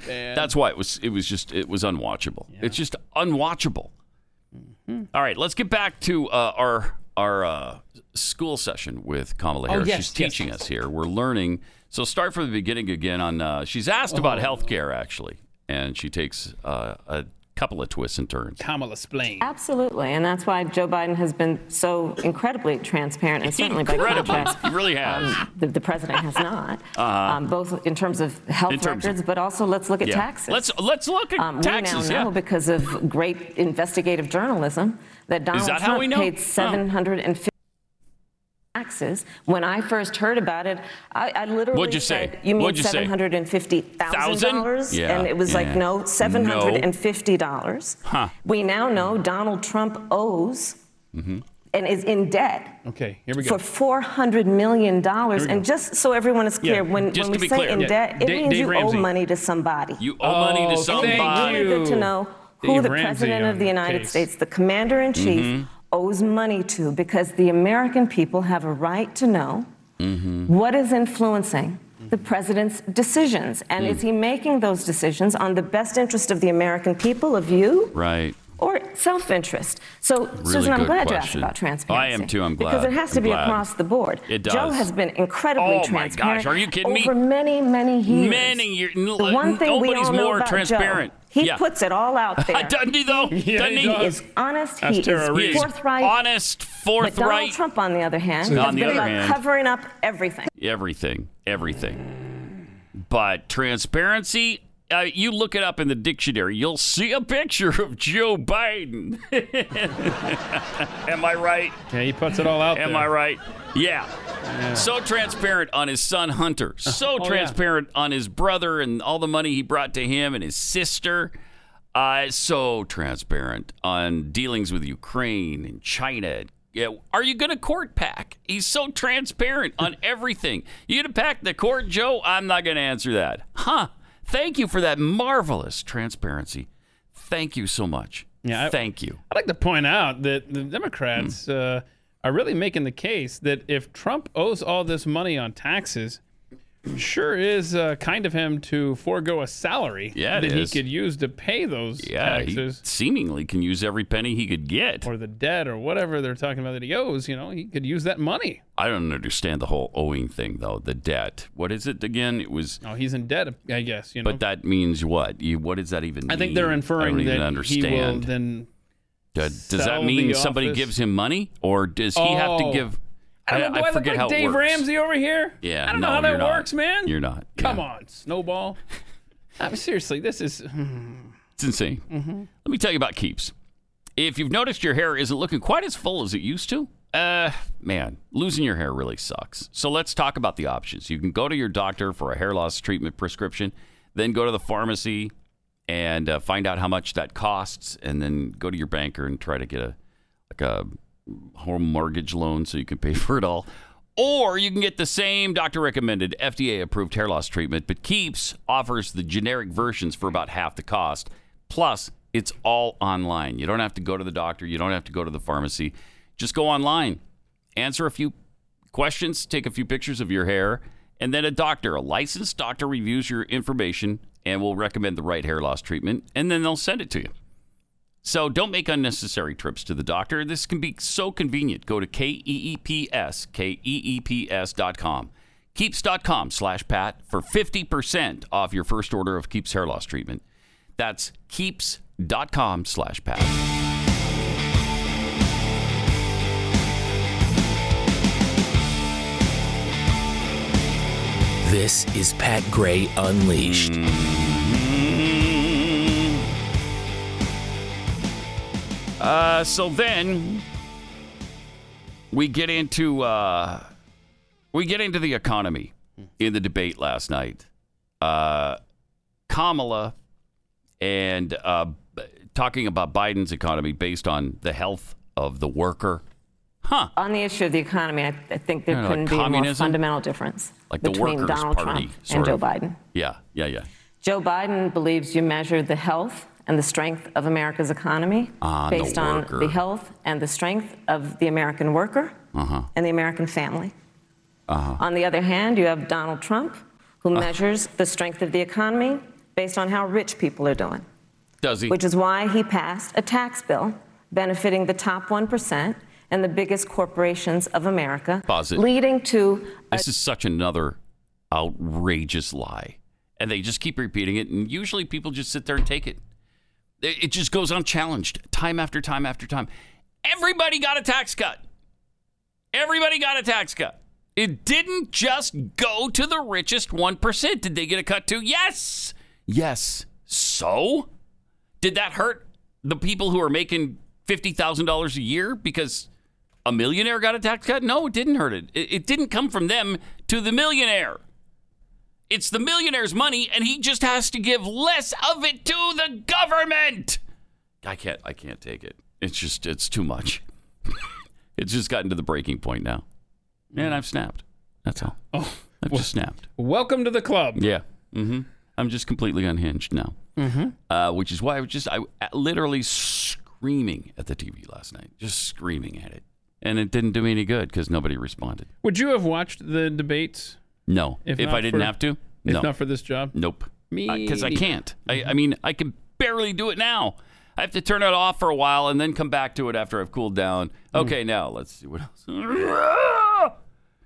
That's why it was. It was just. It was unwatchable. It's just unwatchable. All right, let's get back to uh, our our uh, school session with Kamala Oh, Harris. yes, she's yes, teaching us here. We're learning. So start from the beginning again. On uh, she's asked about health care actually, and she takes uh, a couple of twists and turns. Kamala Splain. Absolutely, and that's why Joe Biden has been so incredibly transparent, and certainly Um, Incredible. by contrast, He really has. the, the president has not. Uh-huh. Um, both in terms of health In terms of- records, but also let's look at Yeah. taxes. Let's- let's look at um, taxes, We yeah. now know because of great investigative journalism that Donald that how Trump we know? paid Oh. 750 taxes. When I first heard about it, I, I literally What'd you say? said, "You mean What'd you say? seven hundred and fifty thousand dollars?" Yeah, And it was like, yeah. "No, No. seven hundred and fifty dollars." Huh. We now know Donald Trump owes Mm-hmm. and is in debt Okay, here we go. for $400 million. we go. And just so everyone is Yeah, clear, when, just when to we be say clear. in Yeah. debt, it Da- means Dave you Ramsey. owe money to somebody. You owe money to somebody. It's really good to know who Dave the Ramsey President on of the United case. States, the Commander in Chief, Mhm. Mm-hmm. owes money to because the American people have a right to know Mm-hmm. what is influencing the president's decisions. And Mm. is he making those decisions on the best interest of the American people, of you? Right. or self-interest. So, Really Susan, I'm good glad you asked question. about transparency. I am too. I'm Because glad. it has to I'm be glad. across the board. It Joe does. has been incredibly Oh my transparent. gosh, are you kidding me? Over many, many years. Many years. The one thing we Nobody's all know more about transparent. Joe, he Yeah. Uh, puts it all out there. Doesn't he though? He Doesn't he? is honest. That's he Tara Reid. is forthright. Honest, But Donald forthright. Trump, on the other hand, On has the been other about hand- covering up everything. Everything. Everything. But transparency, uh, you look it up in the dictionary, you'll see a picture of Joe Biden. Am I right? Yeah, he puts it all out Am there. I right? Yeah. So transparent on his son Hunter. So Oh, yeah. transparent on his brother and all the money he brought to him and his sister. Uh, so transparent on dealings with Ukraine and China. Yeah, are you going to court pack? He's so transparent on everything. You going to pack the court, Joe? I'm not going to answer that. Huh. Thank you for that marvelous transparency. Thank you so much. Yeah, I- Thank you. I'd like to point out that the Democrats Hmm. uh, are really making the case that if Trump owes all this money on taxes, sure is uh, kind of him to forego a salary Yeah, it that is. he could use to pay those Yeah, taxes he seemingly can use every penny he could get. or the debt or whatever they're talking about that he owes. You know, he could use that money. I don't understand the whole owing thing though. The debt. What is it again? It was. Oh, he's in debt, I guess. You know, But that means what? You, what does that even? I think mean? they're I inferring don't even that understand. he will then. Do- does that sell mean the somebody office. gives him money, or does he have to Oh. give? I don't know. Do I, look forget how like it Dave works. Ramsey over here? Yeah, I don't no, know how that you're not. works, man. You're not. Come on, snowball. I mean, seriously, this is. It's insane. Mhm. Let me tell you about Keeps. If you've noticed your hair isn't looking quite as full as it used to, uh, man, losing your hair really sucks. So let's talk about the options. You can go to your doctor for a hair loss treatment prescription, then go to the pharmacy and uh, find out how much that costs, and then go to your banker and try to get a like a home mortgage loan so you can pay for it all. Or you can get the same doctor recommended, FDA approved hair loss treatment, but Keeps offers the generic versions for about half the cost. Plus, it's all online. You don't have to go to the doctor, you don't have to go to the pharmacy. Just go online, answer a few questions, take a few pictures of your hair, and then a doctor, a licensed doctor, reviews your information and will recommend the right hair loss treatment, and then they'll send it to you. So don't make unnecessary trips to the doctor. This can be so convenient. Go to E K-E-E-P-S, K-E-E-P-S E dot com. Keeps.com slash Pat for 50% off your first order of Keeps hair loss treatment. That's Keeps.com slash Pat. This is Pat Gray Unleashed. Uh, so then we get into uh, we get into the economy in the debate last night. Uh, Kamala and uh, b- talking about Biden's economy based on the health of the worker, On the issue of the economy, I, I think there Kinda like couldn't be a more communism? fundamental difference like between the workers' Donald party, Trump and sort Joe of. Biden. Yeah, yeah, yeah. Joe Biden believes you measure the health and the strength of America's economy On the based on worker. the health and the strength of the American worker Uh huh. and the American family. Uh huh. On the other hand, you have Donald Trump, who Uh-huh. measures the strength of the economy based on how rich people are doing, Does he? which is why he passed a tax bill benefiting the top 1% and the biggest corporations of America, Pause it. leading to This is such another outrageous lie. And they just keep repeating it. And usually people just sit there and take it. It, it just goes unchallenged time after time after time. Everybody got a tax cut. Everybody got a tax cut. It didn't just go to the richest 1%. Did they get a cut too? Yes. Yes. So? Did that hurt the people who are making $50,000 a year because a millionaire got a tax cut? No, it didn't hurt it. it. It didn't come from them to the millionaire. It's the millionaire's money, and he just has to give less of it to the government. I can't. I can't take it. It's just. It's too much. it's just gotten to the breaking point now, and I've snapped. That's all. Oh, I've just snapped. Welcome to the club. Yeah. Mm-hmm. I'm just completely unhinged now, Mhm. uh, which is why I was just I uh, literally screaming at the TV last night, just screaming at it, and it didn't do me any good because nobody responded. Would you have watched the debates? No. If, not I didn't for- have to, If no. not for this job? Nope. Me Mm-hmm. Because I neither. can't. I, I mean, I can barely do it now. I have to turn it off for a while and then come back to it after I've cooled down. Mm. Okay, now let's see what else.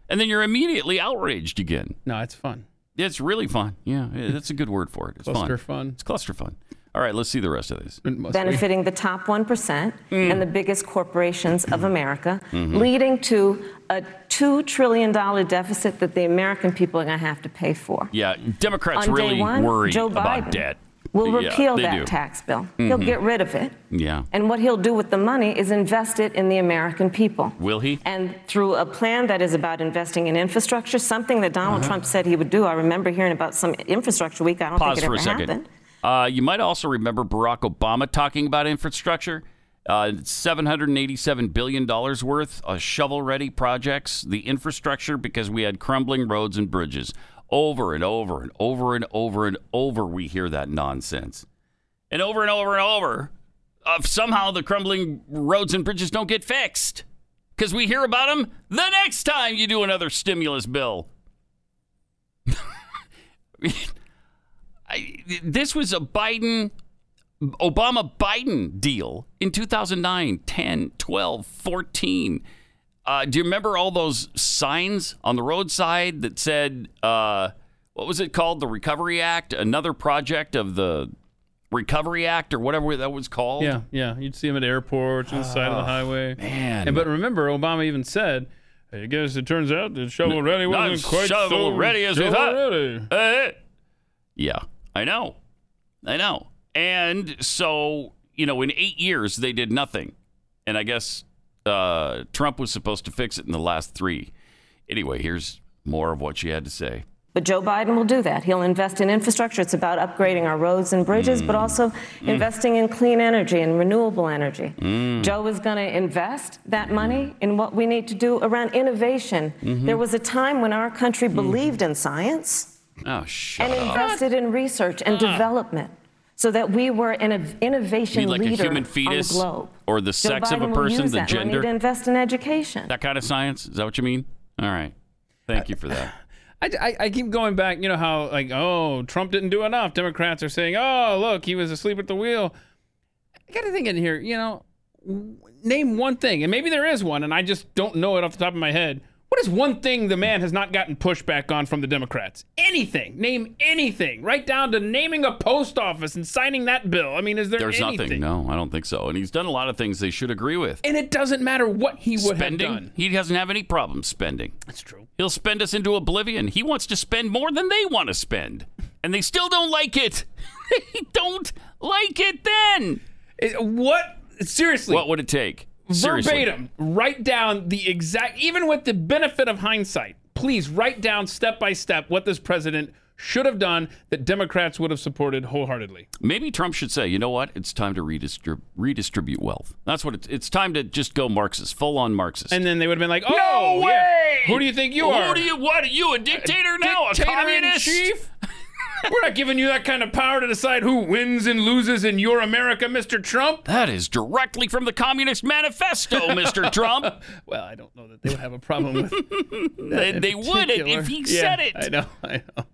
And then you're immediately outraged again. No, it's fun. It's really fun. Yeah, yeah, that's a good word for it. It's Cluster fun. It's cluster fun. All right, let's see the rest of these. benefiting the top 1% and the biggest corporations of America, Mhm. leading to a $2 trillion deficit that the American people are going to have to pay for. Yeah, Democrats On day really one, worry Joe about Biden debt. We'll Yeah, repeal they that do. tax bill. He'll Mhm. get rid of it. Yeah. And what he'll do with the money is invest it in the American people. Will he? And through a plan that is about investing in infrastructure, something that Donald Uh-huh. Trump said he would do. I remember hearing about some infrastructure week. I don't Pause think for it ever a second. happened. Uh, you might also remember Barack Obama talking about infrastructure. Uh, $787 billion worth of shovel ready projects, the infrastructure, because we had crumbling roads and bridges. Over and over and over and over and over, we hear that nonsense. And over and over and over, uh, somehow the crumbling roads and bridges don't get fixed because we hear about them the next time you do another stimulus bill. I, this was a Biden, Obama Biden deal in 2009, 10, 12, 14. Uh, do you remember all those signs on the roadside that said, uh, what was it called? The Recovery Act, another project of the Recovery Act or whatever that was called? Yeah, yeah. You'd see him at airports on the side of the Oh, highway. man. And, but remember, Obama even said, I guess it turns out that shovel ready Not wasn't quite so shovel ready as we shovel thought." ready. Eh. Yeah, I know. I know. And so, you know, in eight years, they did nothing. And I guess uh, Trump was supposed to fix it in the last three. Anyway, here's more of what she had to say. But Joe Biden will do that. He'll invest in infrastructure. It's about upgrading our roads and bridges, Mm. but also investing in clean energy and renewable energy. Mm. Joe is going to invest that money in what we need to do around innovation. Mhm. There was a time when our country Mm. believed in science Oh, shut and up. invested in research and Uh. development so that we were an inno- You innovation mean like a leader human on the fetus globe. or the Joe sex of Biden a will person, use the that money gender? to invest in education. That kind of science? Is that what you mean? All right. Thank you for that. I, I, I keep going back, you know, how, like, oh, Trump didn't do enough. Democrats are saying, oh, look, he was asleep at the wheel. I got to think in here, you know, w- name one thing, and maybe there is one, and I just don't know it off the top of my head. What is one thing the man has not gotten pushback on from the Democrats? Anything. Name anything. Right down to naming a post office and signing that bill. I mean, is there There's anything? nothing. No, I don't think so. And he's done a lot of things they should agree with. And it doesn't matter what he would spending. have done. He doesn't have any problem spending. That's true. He'll spend us into oblivion. He wants to spend more than they want to spend, and they still don't like it. they don't like it. Then what? Seriously. What would it take? Seriously. verbatim write down the exact even with the benefit of hindsight please write down step by step what this president should have done that democrats would have supported wholeheartedly Maybe Trump should say, you know what? It's time to redistrib- redistribute wealth. That's what it's. It's time to just go Marxist, full on Marxist. and then they would have been like oh No yeah. way! who do you think you Who are do you- what are you, a dictator now, a communist? in chief we're not giving you that kind of power to decide who wins and loses in your america mr trump that is directly from the Communist Manifesto, Mr. Trump. well i don't know that they would have a problem with They, that in they would particular. if he Yeah, said it. i know i know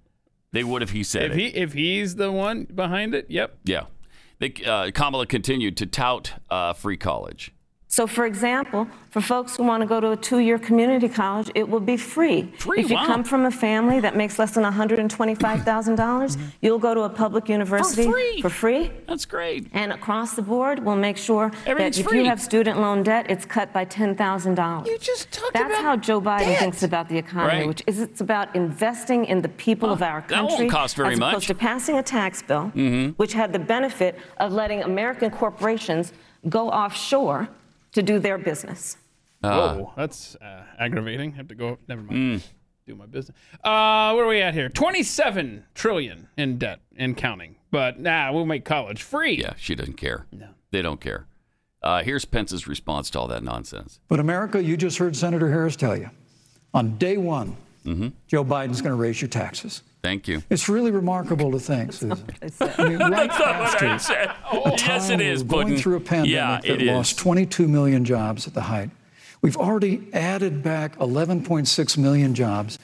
They would if he if said it. he if he's the one behind it yep Yeah. They, uh, Kamala continued to tout uh, free college. So, for example, for folks who want to go to a two-year community college, it will be free. Free, If you wow. come from a family that makes less than $125,000, you'll go to a public university free. for free. That's great. And across the board, we'll make sure that Everything's if free. you have student loan debt, it's cut by $10,000. You just talked That's how Joe Biden thinks about the economy, Right. which is it's about investing in the people of our that won't country cost very as much. opposed to passing a tax bill Mhm. which had the benefit of letting American corporations go offshore to do their business. oh, that's uh, aggravating. have to go. Never Hmm. mind. Do my business. Uh, where are we at here? Twenty-seven trillion in debt and counting. But nah, we'll make college free. Yeah, she doesn't care. No. They don't care. Uh, here's Pence's response to all that nonsense. But America, you just heard Senator Harris tell you on day one, Joe Biden's going to raise your taxes. Thank you. It's really remarkable to think, Susan. I mean, right That's not what after I said. a yes, time it is, we were going Putin. through a pandemic yeah, that it is. lost 22 million jobs at the height. We've already added back 11.6 million jobs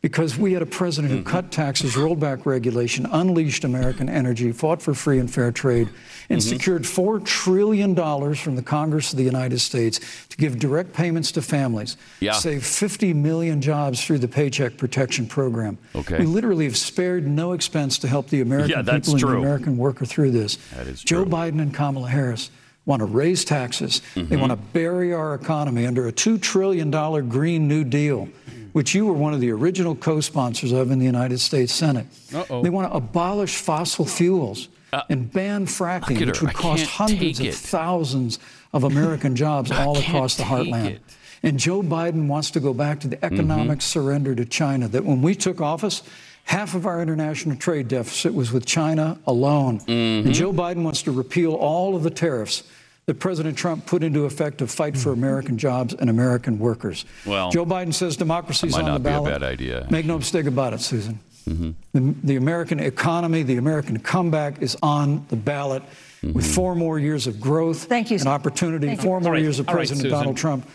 because we had a president Mm-hmm. who cut taxes, rolled back regulation, unleashed American energy, fought for free and fair trade, and Mhm. Mm-hmm. secured $4 trillion from the Congress of the United States to give direct payments to families, Yeah. save 50 million jobs through the Paycheck Protection Program. Okay. We literally have spared no expense to help the American Yeah, that's people and true. the American worker through this. That is Joe Biden and Kamala Harris want to raise taxes. They Mhm. want to bury our economy under a $2 trillion Green New Deal, which you were one of the original co sponsors of in the United States Senate. Uh-oh. Uh, They want to abolish fossil fuels and ban look fracking, at which her. would I cost can't hundreds take of it. thousands of American jobs all can't across the take heartland. it. And Joe Biden wants to go back to the Mm-hmm. economic surrender to China that when we took office, half of our international trade deficit was with China alone. Mm-hmm. And Joe Biden wants to repeal all of the tariffs that President Trump put into effect to fight for American jobs and American workers. Mm-hmm. Well, Joe Biden says democracy's that might on the not be a ballot. bad idea. Make no mistake about it, Susan. Mhm. The, the American economy, the American comeback is on the ballot with Mm-hmm. four more years of growth Thank you, and opportunity, Thank you. four more All right. years of All right, President Susan. Donald Trump.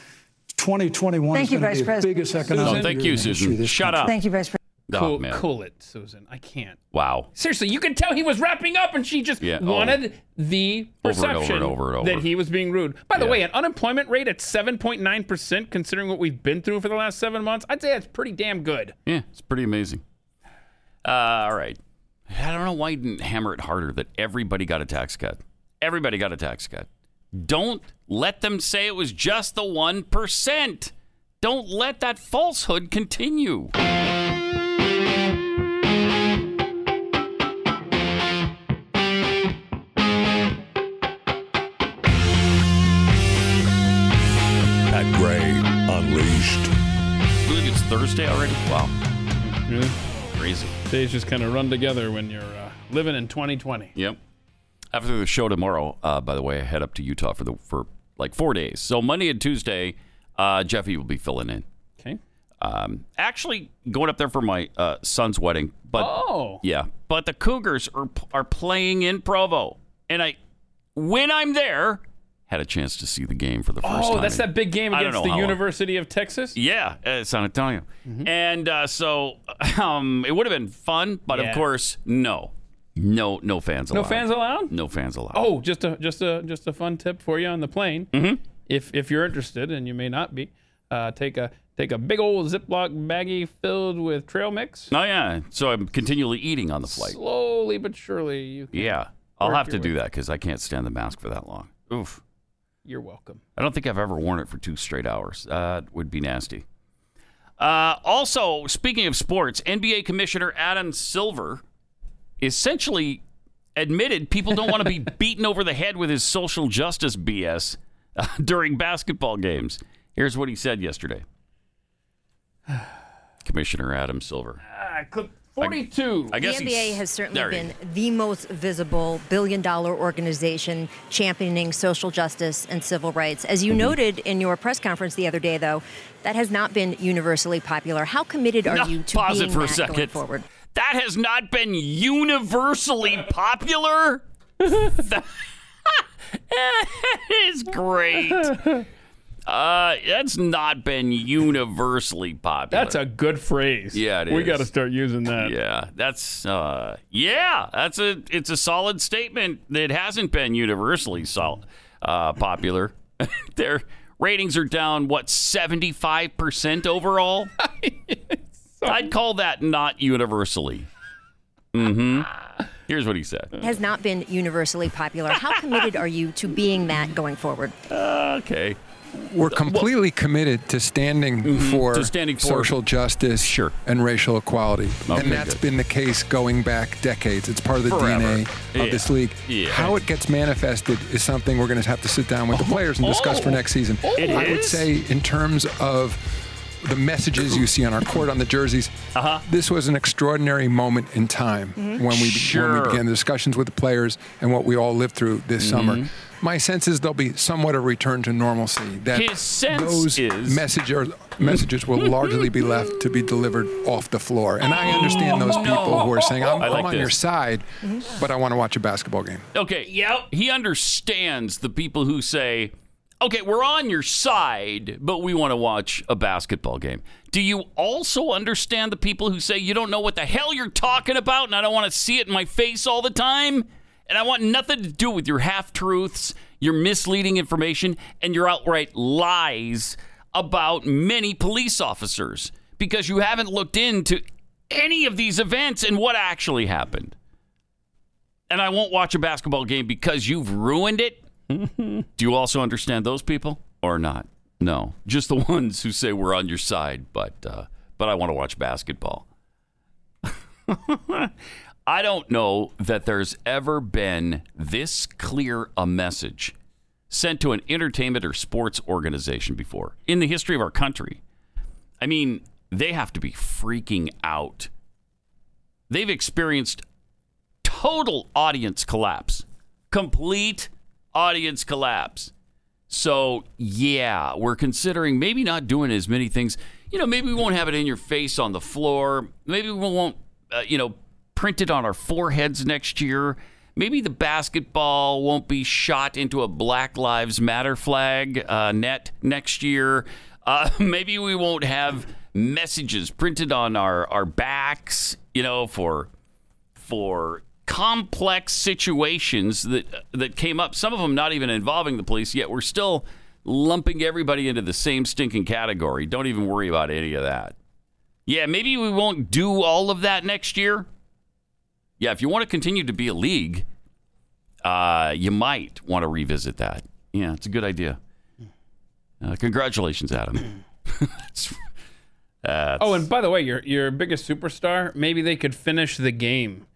2021 Thank is you, going to Vice be the President. biggest economic No, thank year you, in the Susan. history of this Shut country. up. Thank you, Vice President. Oh, cool, man. cool it, Susan. I can't. Wow. Seriously, you could tell he was wrapping up, and she just Yeah, oh. wanted the Over and over and perception over and over. that he was being rude. By the Yeah. way, an unemployment rate at 7.9 percent, considering what we've been through for the last seven months, I'd say that's pretty damn good. Yeah, it's pretty amazing. Uh, all right. I don't know why you didn't hammer it harder that everybody got a tax cut. Everybody got a tax cut. Don't let them say it was just the 1%. Don't let that falsehood continue. Pat Gray Unleashed. I believe it's Thursday already. Wow. Crazy. Days just kind of run together when you're uh, living in 2020. Yep. After the show tomorrow, uh, by the way, I head up to Utah for the for like four days. So Monday and Tuesday, uh, Jeffy will be filling in. Okay. Um, actually, going up there for my uh, son's wedding, but Oh. yeah, but the Cougars are are playing in Provo, and I, when I'm there, had a chance to see the game for the first time. Oh, that's that big game I don't against know the how long- University of Texas. yeah, uh, San Antonio. And uh, so um, it would have been fun, but Yeah. of course, no. No no fans No allowed. fans allowed? No fans allowed. Oh, just a just a just a fun tip for you on the plane. Mhm. If if you're interested, and you may not be, uh, take a take a big old Ziploc baggie filled with trail mix. Oh, yeah. So I'm continually eating on the flight. Slowly but surely, you. Can, Yeah. I'll Work have to your do that because I can't stand the mask for that long. Oof. You're welcome. I don't think I've ever worn it for two straight hours. That would be nasty. Uh, also, speaking of sports, NBA Commissioner Adam Silver essentially admitted people don't want to be beaten over the head with his social justice BS uh, during basketball games. Here's what he said yesterday Commissioner Adam Silver. clip 42. I guess the he's- NBA has certainly there he been the most visible billion dollar organization championing social justice and civil rights. As you Mhm. noted in your press conference the other day, though, that has not been universally popular. How committed are No, you to pause being it for a that going second. forward? That has not been universally popular. that is great. Uh, that's not been universally popular. That's a good phrase. Yeah, it we is. got to start using that. yeah. That's uh, yeah. That's a it's a solid statement that hasn't been universally sol- uh, popular. Their ratings are down, what, 75% overall? I'd call that not universally. hmm Here's what he said. has not been universally popular. How committed are you to being that going forward? Okay. We're completely committed to standing for Mm-hmm. to standing for- social justice and racial equality. Okay, and that's good. been the case going back decades. It's part of the Forever. DNA of Yeah. this league. Yeah. How it gets manifested is something we're going to have to sit down with the players and discuss for Oh. next season. It I would is? say, in terms of the messages you see on our court, on the jerseys, uh-huh. this was an extraordinary moment in time Mhm. when, we, when Sure. we began the discussions with the players and what we all lived through this Mhm. summer. My sense is there'll be somewhat a return to normalcy that His sense those is- messenger, messages will largely be left to be delivered off the floor. And I understand those people who are saying, Oh. I'm, I like I'm on your this. side, but I want to watch a basketball game. Okay. Yep. He understands the people who say, okay, we're on your side, but we want to watch a basketball game. Do you also understand the people who say, you don't know what the hell you're talking about, and I don't want to see it in my face all the time? And I want nothing to do with your half truths, your misleading information, and your outright lies about many police officers because you haven't looked into any of these events and what actually happened and I won't watch a basketball game because you've ruined it. Do you also understand those people or not? No, just the ones who say we're on your side, but uh, but I want to watch basketball. I don't know that there's ever been this clear a message sent to an entertainment or sports organization before in the history of our country. I mean, they have to be freaking out. They've experienced total audience collapse, complete audience collapse. So, yeah, we're considering maybe not doing as many things. You know, maybe we won't have it in your face on the floor. Maybe we won't, uh, you know, print it on our foreheads next year. Maybe the basketball won't be shot into a Black Lives Matter flag uh, net next year. Uh, maybe we won't have messages printed on our, our backs, you know, for for complex situations that that came up. Some of them not even involving the police. Yet we're still lumping everybody into the same stinking category. Don't even worry about any of that. Yeah, maybe we won't do all of that next year. Yeah, if you want to continue to be a league, uh, you might want to revisit that. Yeah, it's a good idea. Uh, congratulations, Adam. That's- Oh, and by the way, your your biggest superstar, maybe they could finish the game.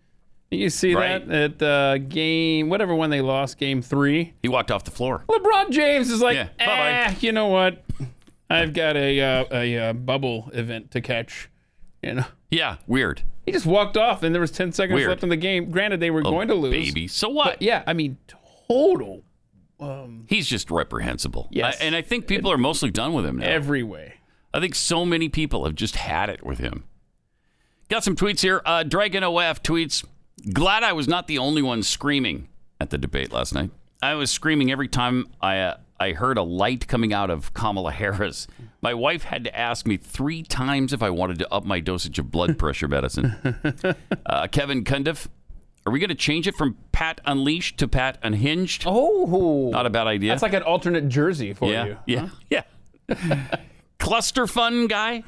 You see Right. that at uh, game, whatever one they lost, game three. He walked off the floor. LeBron James is like, Yeah, "Ah, you know what? I've got a uh, a uh, bubble event to catch. You know, yeah, weird. he just walked off, and there was ten seconds Weird. left in the game. Granted, they were Oh, going to lose. baby. So what? But yeah, I mean, total um, He's just reprehensible. Yes. I- and I think people are mostly done with him now. every way. I think so many people have just had it with him. Got some tweets here. Uh, Dragon OF tweets Glad I was not the only one screaming at the debate last night. I was screaming every time I, uh, I heard a light coming out of Kamala Harris. My wife had to ask me three times if I wanted to up my dosage of blood pressure medicine. uh, Kevin Cundiff, are we going to change it from Pat Unleashed to Pat Unhinged? Oh, not a bad idea. That's like an alternate jersey for yeah, you. Yeah, yeah. Cluster fun guy.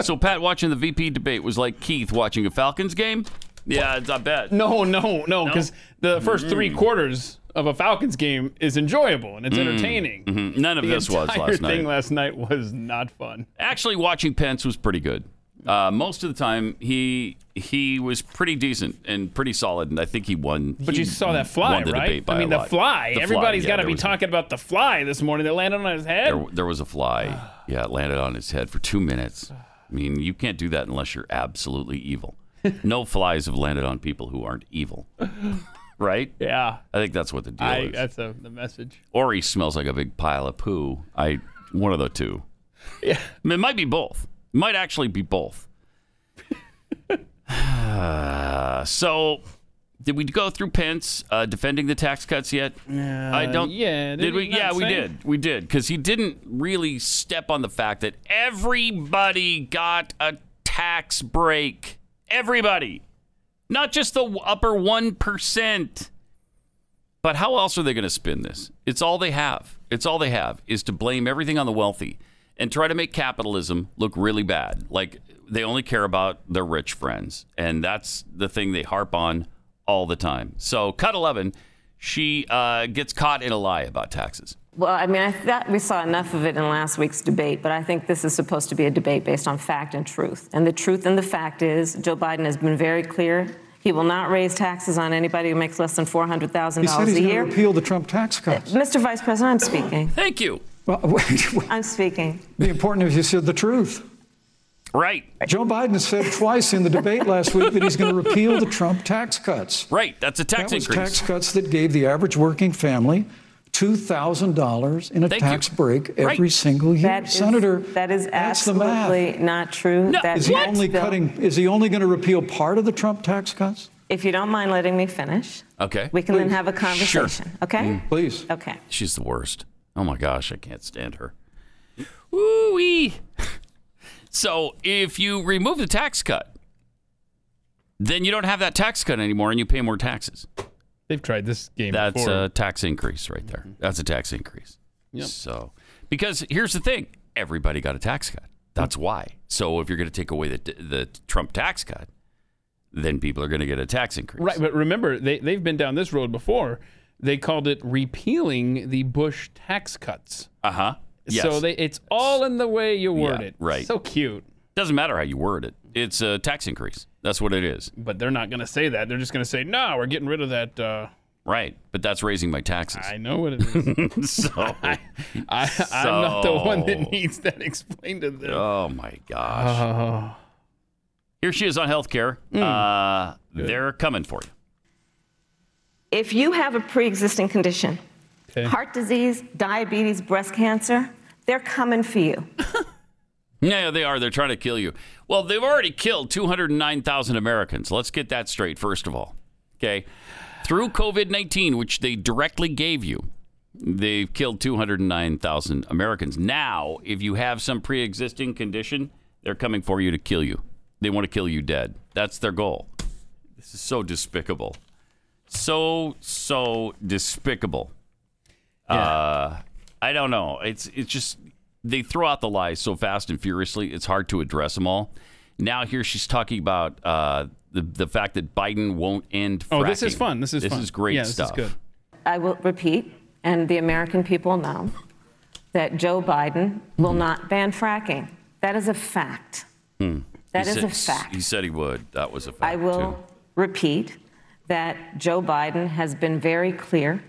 so Pat watching the VP debate was like Keith watching a Falcons game. Yeah, it's- I bet. No, no, no, because the first three Mm. quarters of a Falcons game is enjoyable and it's Mm. entertaining. Mhm. None of the this was entire last night. thing last night was not fun. Actually, watching Pence was pretty good. Uh, most of the time, he he was pretty decent and pretty solid, and I think he won. But he you saw that fly, won the right? debate by I mean, a the lot. fly. The Everybody's yeah, got to there be was- talking about the fly this morning that landed on his head. There, there was a fly. Yeah, it landed on his head for two minutes. I mean, you can't do that unless you're absolutely evil. No flies have landed on people who aren't evil, right? Yeah. I think that's what the deal I, is. that's a, the message. or he smells like a big pile of poo. I one of the two. Yeah, it might be both. It might actually be both. so, did we go through Pence uh, defending the tax cuts yet? I don't. Uh, yeah, did Did he we? not Yeah, we say? did. We did because he didn't really step on the fact that everybody got a tax break. Everybody, not just the upper one percent. But how else are they going to spin this? It's all they have. It's all they have is to blame everything on the wealthy and try to make capitalism look really bad. Like they only care about their rich friends, and that's the thing they harp on all the time. So, cut eleven, she uh, gets caught in a lie about taxes. Well, I mean, I thought we saw enough of it in last week's debate, but I think this is supposed to be a debate based on fact and truth. And the truth and the fact is, Joe Biden has been very clear. He will not raise taxes on anybody who makes less than He said $400,000 he's a going to year. repeal the Trump tax cuts. Mr. Vice President, I'm speaking. Thank you. Well, I'm speaking. the important is you said the truth. Right. Joe Biden said twice in the debate last week that he's going to repeal the Trump tax cuts. Right, that's a tax that was increase. tax cuts that gave the average working family $2,000 in a Thank you. tax break every Right. single year. That is- Senator, that is that's the math. absolutely not true. That is he tax only bill- cutting is he only going to repeal part of the Trump tax cuts? If you don't mind letting me finish, Okay. we can then Please. have a Sure. conversation, okay? Mm. Please. Okay. She's the worst. Oh my gosh, I can't stand her. Ooh wee. So if you remove the tax cut, then you don't have that tax cut anymore, and you pay more taxes. They've tried this game That's before. a tax increase right there. That's a tax increase. Mm-hmm. Yep. So because here's the thing, everybody got a tax cut. Mm. That's why. So if you're going to take away the the Trump tax cut, then people are going to get a tax increase. Right, but remember, they, they've been down this road before. They called it repealing the Bush tax cuts. Uh huh. Yes. So they, it's all in the way you word Yeah, it. right. So cute. Doesn't matter how you word it. It's a tax increase. That's what it is. But they're not going to say that. They're just going to say, no, we're getting rid of that. Uh, Right, but that's raising my taxes. I know what it is. so, I, I, I'm not the one that needs that explained to them. Oh my gosh! Here she is on healthcare. Uh, they're coming for you. If you have a pre existing condition, heart disease, diabetes, breast cancer, they're coming for you. Yeah, yeah, they are. They're trying to kill you. Well, they've already killed 209,000 Americans. Let's get that straight, first of all. Okay. Through COVID 19, which they directly gave you, they've killed 209,000 Americans. Now, if you have some pre existing condition, they're coming for you to kill you. They want to kill you dead. That's their goal. This is so despicable. So, so despicable. Uh, I don't know. It's it's just they throw out the lies so fast and furiously. It's hard to address them all. Now here she's talking about uh, the the fact that Biden won't end. Oh, this fracking. is fun. This is this fun. is great Yeah, this is stuff. good. I will repeat, and the American people know, that Joe Biden will not ban fracking. That is a fact. Hmm. That He is a said- fact. He said he would. That was a fact. I will too. repeat that Joe Biden has been very clear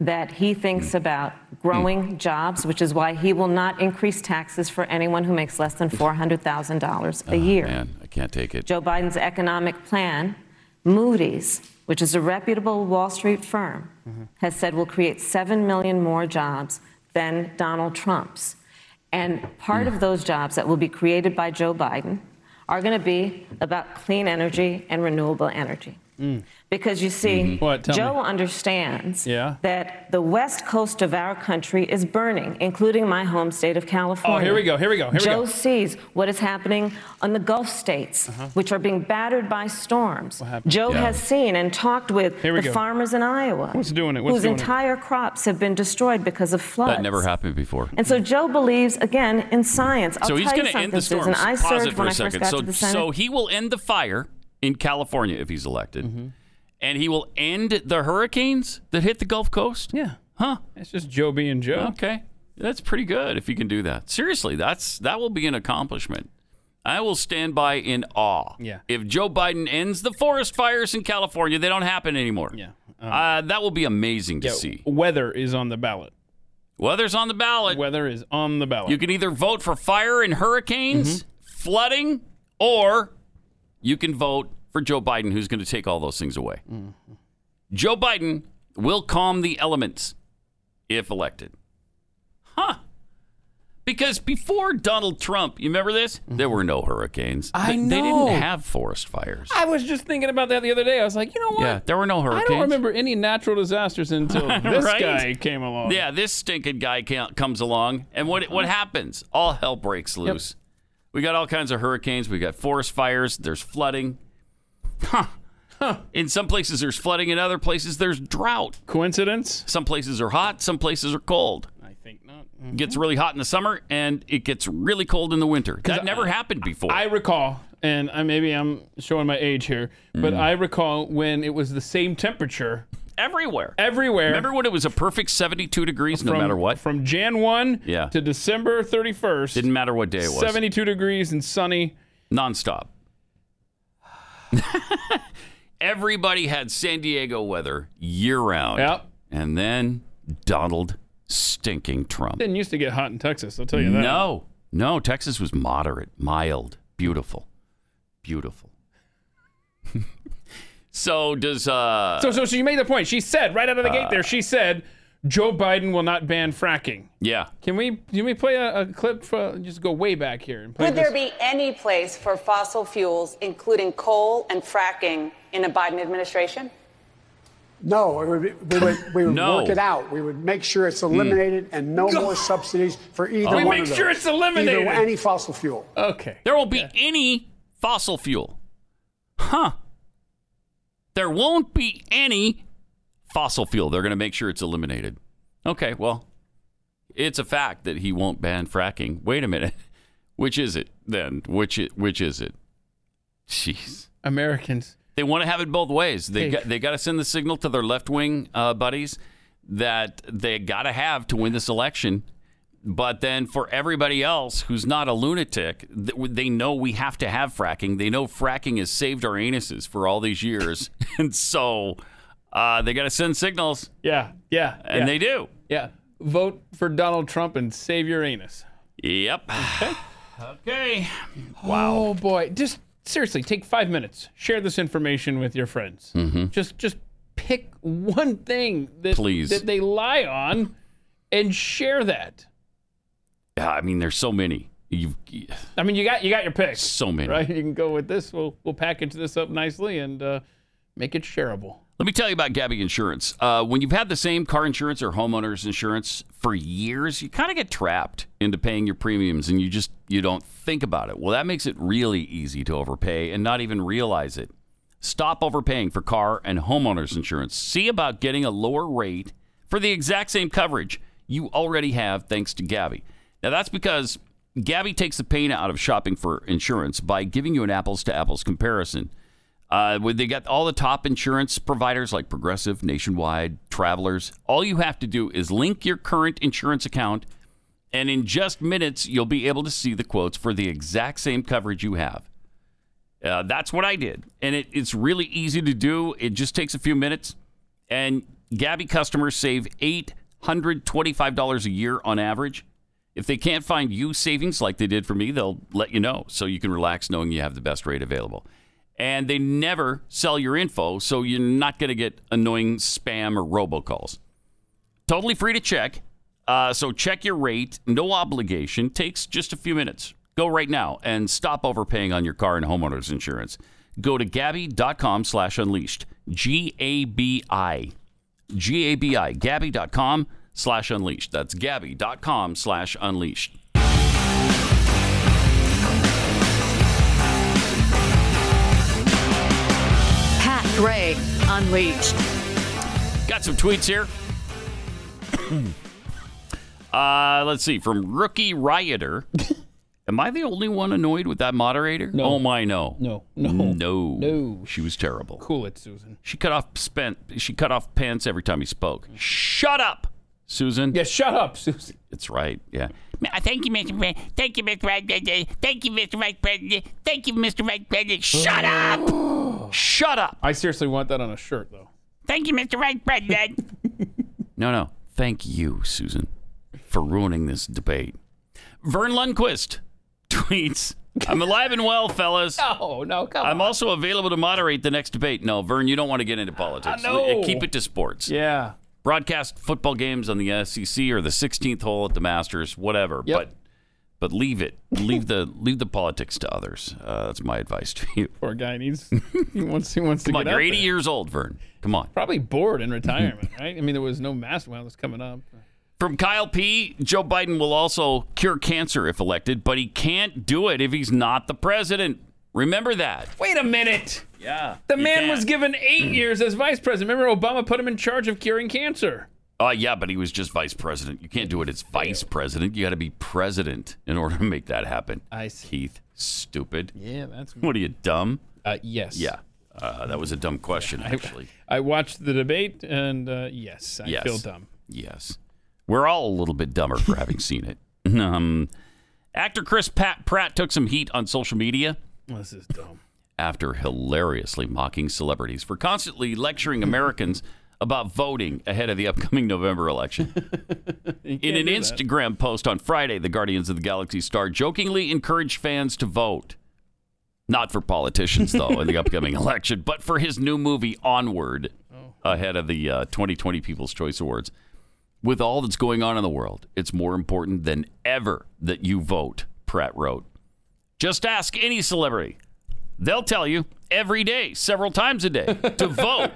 that he thinks Mm. about growing jobs, which is why he will not increase taxes for anyone who makes less than $400,000 a year. Oh, Man, I can't take it. Joe Biden's economic plan, Moody's, which is a reputable Wall Street firm, has said will create 7 million more jobs than Donald Trump's. And part of those jobs that will be created by Joe Biden are going to be about clean energy and renewable energy. Because you see, Mhm. Mm. What? Tell me. Joe understands Yeah. that the west coast of our country is burning, including my home state of California. we go, Oh, here we go, here we Joe go. sees what is happening on the Gulf states, which are being battered by storms. Joe Uh-huh. Yeah. has seen and talked with Here we the go. farmers in Iowa, What's doing it? What's whose doing it? entire crops have been destroyed because of floods. That never happened before. And so Joe believes again in science. I'll so he's tell going you to something, end the storm. Susan. I Pause served it for when a I first second. got So, to the Senate. so he will end the fire in California if he's elected, Mm-hmm. and he will end the hurricanes that hit the Gulf Coast. Yeah. Huh? It's just Joe being Joe. Okay. That's pretty good if you can do that. Seriously, that's that will be an accomplishment. I will stand by in awe. Yeah. If Joe Biden ends the forest fires in California, they don't happen anymore. Yeah. uh, that will be amazing to Yeah, see. Weather is on the ballot. Weather's on the ballot. Weather is on the ballot. You can either vote for fire and hurricanes, Mm-hmm. flooding, or you can vote for Joe Biden, who's going to take all those things away. Mm-hmm. Joe Biden will calm the elements if elected. Huh. Because before Donald Trump, you remember this? There were no hurricanes. Mm-hmm. I They- They know. didn't have forest fires. I was just thinking about that the other day. I was like, you know what? Yeah, there were no I hurricanes. don't remember any natural disasters until this Right? guy came along. Uh-huh. Yeah, this stinking guy ca- comes along, and what what happens? All hell breaks loose. We got all kinds of hurricanes. We got forest fires. There's flooding. Huh. Huh. In some places there's flooding. In other places there's drought. Coincidence? Some places are hot. Some places are cold. I think not. Gets really hot in the summer and it gets really cold in the winter. That never happened before. I recall, and I, maybe I'm showing my age here, but Mm. I recall when it was the same temperature everywhere. Everywhere. Remember when it was a perfect 72 degrees no From- matter what? From Jan 1 yeah. to December 31st. Didn't matter what day it was. 72 degrees and sunny. Nonstop. Everybody had San Diego weather year round. Yep. And then Donald stinking Trump. Didn't used to get hot in Texas, I'll tell you that. No, no. Texas was moderate, mild, beautiful, beautiful. so does uh. So, so she made the point. She said right out of the gate there, she said, Joe Biden will not ban fracking. yeah. Can we can we play a, a clip? For, just go way back here and play Would there this? be any place for fossil fuels, including coal and fracking, in a Biden administration? No, it would be, we would, we would No. work it out. We would make sure it's eliminated and no more subsidies for either Mm. We one make of those. sure it's Either eliminated. any fossil fuel. Okay. There won't be any fossil fuel. Huh. There won't be any fossil fuel. They're going to make sure it's eliminated. Okay, well, it's a fact that he won't ban fracking. Wait a minute. Which is it then? Which i- which is it? Jeez. Americans. They want to have it both ways. They Hey. got, they got to send the signal to their left wing uh, buddies that they got to have to win this election. But then for everybody else who's not a lunatic, th- they know we have to have fracking. They know fracking has saved our anuses for all these years, and so uh, they got to send signals. Yeah, yeah, and yeah. they do. Yeah. Vote for Donald Trump and save your anus. Yep. Okay. Wow. Oh boy. Just seriously, take five minutes. Share this information with your friends. Mhm. Just just pick one thing that Please. that they lie on and share that. Yeah, I mean, there's so many. You've I mean you got you got your picks. so many. Right? You can go with this. We'll we'll package this up nicely and uh, make it shareable. Let me tell you about Gabby Insurance. Uh, when you've had the same car insurance or homeowners insurance for years, you kind of get trapped into paying your premiums, and you just you don't think about it. Well, that makes it really easy to overpay and not even realize it. Stop overpaying for car and homeowners insurance. See about getting a lower rate for the exact same coverage you already have, thanks to Gabby. Now that's because Gabby takes the pain out of shopping for insurance by giving you an apples to apples comparison. Uh, when they got all the top insurance providers like Progressive, Nationwide, Travelers. All you have to do is link your current insurance account, and in just minutes, you'll be able to see the quotes for the exact same coverage you have. Uh, that's what I did, and it, it's really easy to do. It just takes a few minutes, and Gabby customers save eight hundred twenty-five dollars a year on average. If they can't find you savings like they did for me, they'll let you know, so you can relax knowing you have the best rate available. And they never sell your info, so you're not going to get annoying spam or robocalls totally free to check. Uh, so check your rate, no obligation. Takes just a few minutes. Go right now and stop overpaying on your car and homeowners insurance. Go to gabby.com slash unleashed. G A B I. G A B I. Gabby.com slash unleashed. That's gabby.com slash unleashed. Pat Gray Unleashed. Got some tweets here. uh, let's see. From Rookie Rioter. Am I the only one annoyed with that moderator? No. Oh my no. No. No. No. No. She was terrible. Cool it, Susan. She cut off spent she cut off pants every time he spoke. Shut up, Susan. Yeah, shut up, Susan. It's right. Yeah. Uh, Thank you, Mr. President. Thank you, Mr. Vice President. Thank you, Mr. Vice President. Thank you, Mr. Vice President. Shut up! Shut up. I seriously want that on a shirt though. Thank you, Mr. Vice President. No, no. Thank you, Susan, for ruining this debate. Vern Lundquist tweets I'm alive and well, fellas. No, Oh, no, come I'm also available to moderate the next debate. No, Vern, you don't want to get into politics. I know. Keep it to sports. Yeah. Broadcast football games on the SEC or the 16th hole at the Masters, whatever. But but leave it. Leave the leave the politics to others. Uh, that's my advice to you. Poor guy needs he wants he wants Come to on, get you're out 80 there. years old, Vern. Come on. Probably bored in retirement, right? I mean, there was no master when I was coming up. From Kyle P, Joe Biden will also cure cancer if elected, but he can't do it if he's not the president. Remember that. Wait a minute. Yeah. The man was given eight years as vice president. Remember, Obama put him in charge of curing cancer. Uh, yeah, but he was just vice president. You can't do it as vice president. You got to be president in order to make that happen. I see. Keith, stupid. Yeah, that's me. What are you, dumb? Uh, yes. Yeah. Uh, that was a dumb question, actually. I watched the debate, and uh, yes, I yes. feel dumb. Yes. We're all a little bit dumber for having seen it. Um, actor Chris Pat Pratt took some heat on social media This is dumb. after hilariously mocking celebrities for constantly lecturing Americans about voting ahead of the upcoming November election. In an Instagram post on Friday, the Guardians of the Galaxy star jokingly encouraged fans to vote. Not for politicians, though, in the upcoming election, but for his new movie, Onward, ahead of the uh, 2020 People's Choice Awards. With all that's going on in the world, it's more important than ever that you vote, Pratt wrote. Just ask any celebrity. They'll tell you every day, several times a day, to vote.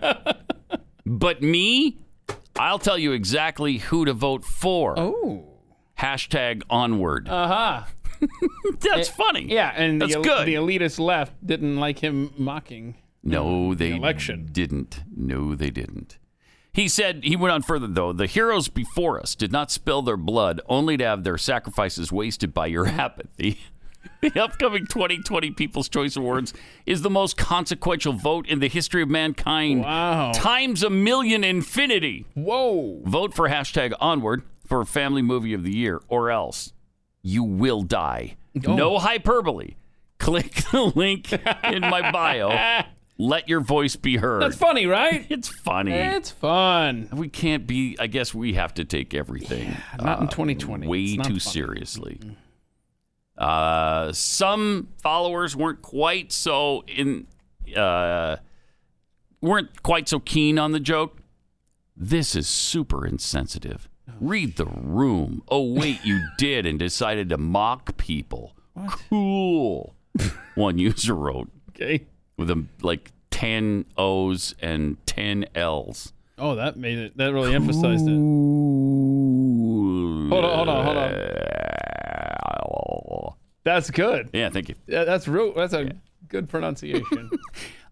But me, I'll tell you exactly who to vote for. Oh. Hashtag onward. Uh huh. That's funny. Yeah, and That's the, el- good. the elitist left didn't like him mocking. No, they election. didn't. No, they didn't. He said he went on further though. The heroes before us did not spill their blood, only to have their sacrifices wasted by your apathy. the upcoming 2020 People's Choice Awards is the most consequential vote in the history of mankind. Wow! Times a million infinity. Whoa! Vote for hashtag onward for family movie of the year, or else you will die. Oh. No hyperbole. Click the link in my bio. Let your voice be heard. That's funny, right? it's funny. It's fun. We can't be. I guess we have to take everything not in uh, 2020. way It's too not Mm. fun. seriously. Uh, some followers weren't quite so in. Uh, weren't quite so keen on the joke. This is super insensitive. Oh. Read the room. Oh wait, you did and decided to mock people. Cool. One user wrote. Okay. With a, like ten O's and ten L's. Oh, that made it. That really emphasized it. Hold on, hold on, hold on. That's good. Yeah, thank you. Yeah, That's real. That's a good pronunciation.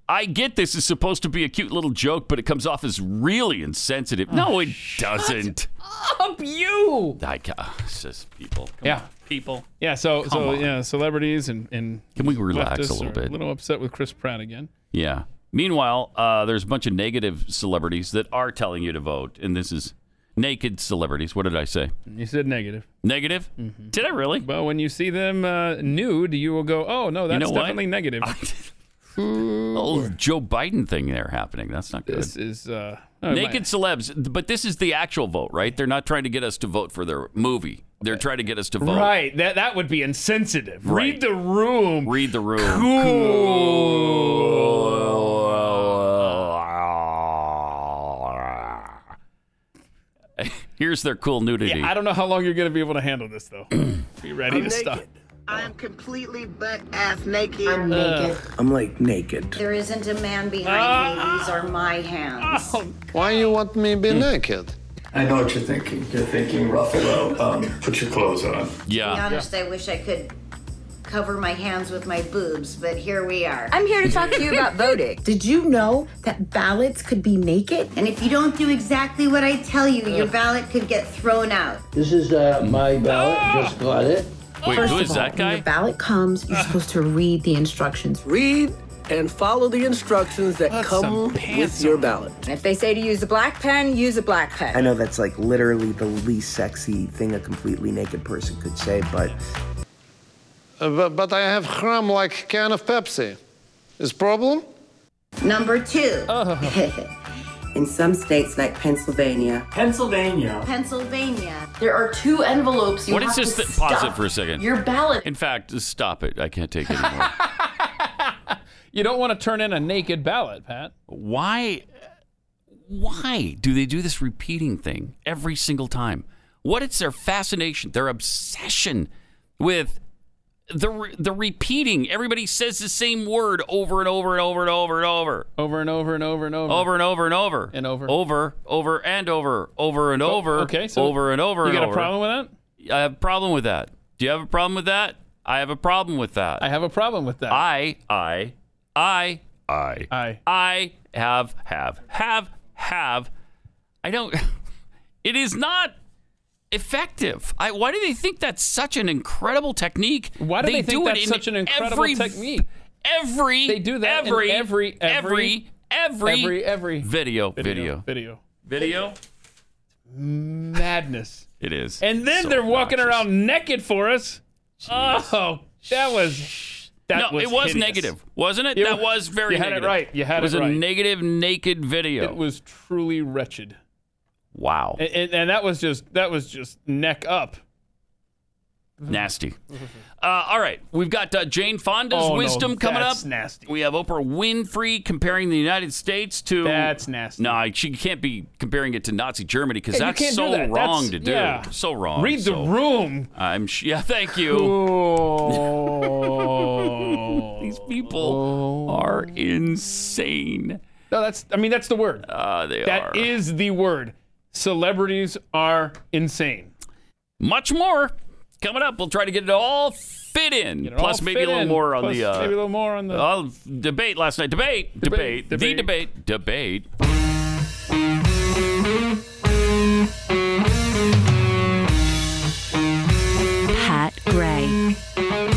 I get this is supposed to be a cute little joke, but it comes off as really insensitive. no, it doesn't. Oh, Up you. I ca- it's just people. Come Yeah. on, people. Yeah. So Come so on. yeah, celebrities and and Can we relax a leftists little are bit? A little upset with Chris Pratt again. Yeah. Meanwhile, uh, there's a bunch of negative celebrities that are telling you to vote, and this is naked celebrities. What did I say? You said negative. Negative? Mm-hmm. Did I really? Well, when you see them uh, nude, you will go, "Oh no, You that's know what? definitely negative." Old Joe Biden thing there happening. That's not good. this is uh, oh, my- Naked celebs, but this is the actual vote, right? They're not trying to get us to vote for their movie. They're trying to get us to vote. Right. That that would be insensitive. Right. Read the room. Read the room. Here's their cool nudity. Yeah, I don't know how long you're going to be able to handle this though. be ready I'm to stop. I am completely butt ass naked. I'm naked. I'm like naked. There isn't a man behind me. These are my hands. Why you want me to be naked? I know what you're thinking. You're thinking, Ruffalo, um, put your clothes on. To be honest, I wish I could cover my hands with my boobs, but here we are. I'm here to talk to you about voting. Did you know that ballots could be naked? And if you don't do exactly what I tell you, your ballot could get thrown out. This is uh, my ballot. Just got it. Wait, First who of is all, that When guy? your ballot comes, you're supposed uh, to read the instructions. Read and follow the instructions that come with your ballot. And if they say to use a black pen, use a black pen. I know that's like literally the least sexy thing a completely naked person could say, but Uh, but, but I have crumb like can of Pepsi. Is problem? Number two. Oh. In some states like Pennsylvania. Pennsylvania. Pennsylvania. There are two envelopes. You What have is this? To That, pause it stuff. for a second. Your ballot. In fact, just stop it. I can't take it anymore. You don't want to turn in a naked ballot, Pat. Why? Why do they do this repeating thing every single time? What is their fascination, their obsession with the re- the repeating? Everybody says the same word over and over and over and over and over. Over and over and over and over. Over and over and over and over. Oh, over, over and over, over and over, okay, so over and over. you and got a over. problem with that? I have a problem with that. Do you have a problem with that? I have a problem with that. I have a problem with that. I, I, I, I, I, I have, have, have, have. I don't. It is not effective. I, why do they think that's such an incredible technique? Why do they, think do that's it in such an incredible every, technique? Every they do that in every, every every every every every video, video, video video. madness. It is. And then So they're walking obnoxious. around naked for us. Oh, that was that no, was it was hideous. negative, wasn't it? You- that was very. You had negative. it right. You had it was it right. a negative naked video. It was truly wretched. wow, And, and, and that was just that was just neck up. nasty. Uh, all right, we've got uh, Jane Fonda's Oh, no, wisdom coming that's up. nasty. We have Oprah Winfrey comparing the United States to. That's nasty. No, I- she can't be comparing it to Nazi Germany because Yeah, you that's can't do so that. wrong That's- to do. yeah. So wrong. Read the So room. I'm. sh- Yeah, thank you. These people are insane. No, that's I mean that's the word. Uh, they are. That is the word. Celebrities are insane. Much more coming up. We'll try to get it all fit in. It Plus, all maybe fit a little in. more on Plus the. Uh, maybe a little more on the uh, debate last night. Debate, debate, the debate, debate. Pat Gray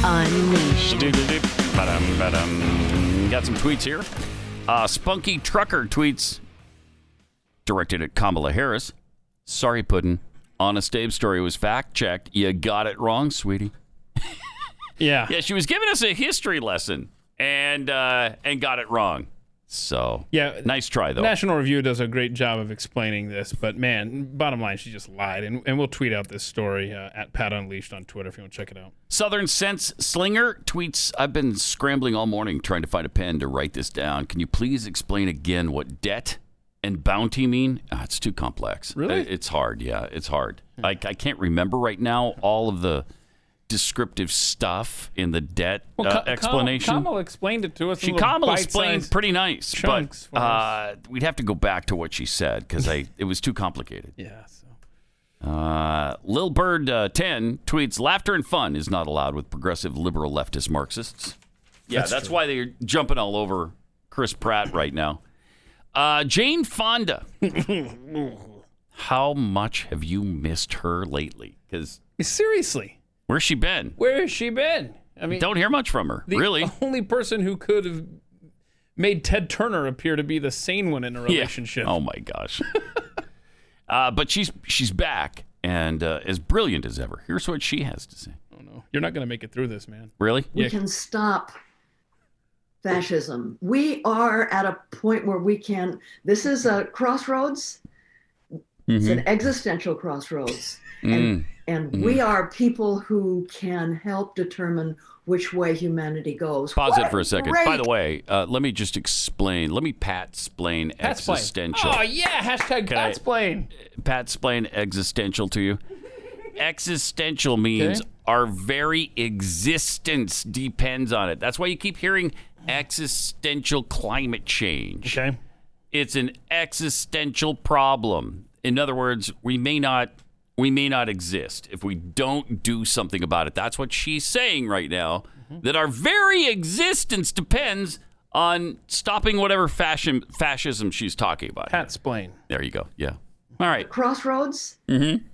Unleashed. Ba-dum, ba-dum. Got some tweets here. Uh, Spunky Trucker tweets directed at Kamala Harris. Sorry, Puddin. Honest Abe's story was fact checked. You got it wrong, sweetie. Yeah. Yeah, she was giving us a history lesson and uh, and got it wrong. So Yeah. nice try though. National Review does a great job of explaining this, but man, bottom line, she just lied. And, and we'll tweet out this story uh, at Pat Unleashed on Twitter if you want to check it out. Southern Sense Slinger tweets I've been scrambling all morning trying to find a pen to write this down. Can you please explain again what debt and bounty mean? Ah, it's too complex. Really? It- It's hard. Yeah, it's hard. I, I can't remember right now all of the descriptive stuff in the debt uh, explanation. Kamala explained it to us. She Kamala explained pretty nice, but uh, we'd have to go back to what she said because I it was too complicated. Yeah. Uh, Lil Bird uh, ten tweets: Laughter and fun is not allowed with progressive liberal leftist Marxists. Yeah, That's that's, true. why they're jumping all over Chris Pratt right now. Uh, Jane Fonda, how much have you missed her lately? Because Seriously, where's she been? where has she been? I mean, Don't hear much from her. the really? only person who could have made Ted Turner appear to be the sane one in a relationship. Oh my gosh. uh, but she's she's back and uh, as brilliant as ever. Here's what she has to say. You're not going to make it through this, man. Really? we can stop fascism. We are at a point where we can. This is a crossroads. It's an existential crossroads, Mm-hmm. Mm. and Mhm. we are people who can help determine which way humanity goes. Pause What it for a second. By great- the way, uh, let me just explain. Let me pat splain existential. Oh yeah, hashtag Can I- Pat's plane. Pat splain existential to you. existential means Okay. our very existence depends on it. That's why you keep hearing existential climate change. Okay. It's an existential problem. In other words, we may not we may not exist if we don't do something about it. That's what she's saying right now. Mm-hmm. That our very existence depends on stopping whatever fashion fascism she's talking about. Pat Splain. There you go. Yeah. All right. crossroads. Mm-hmm.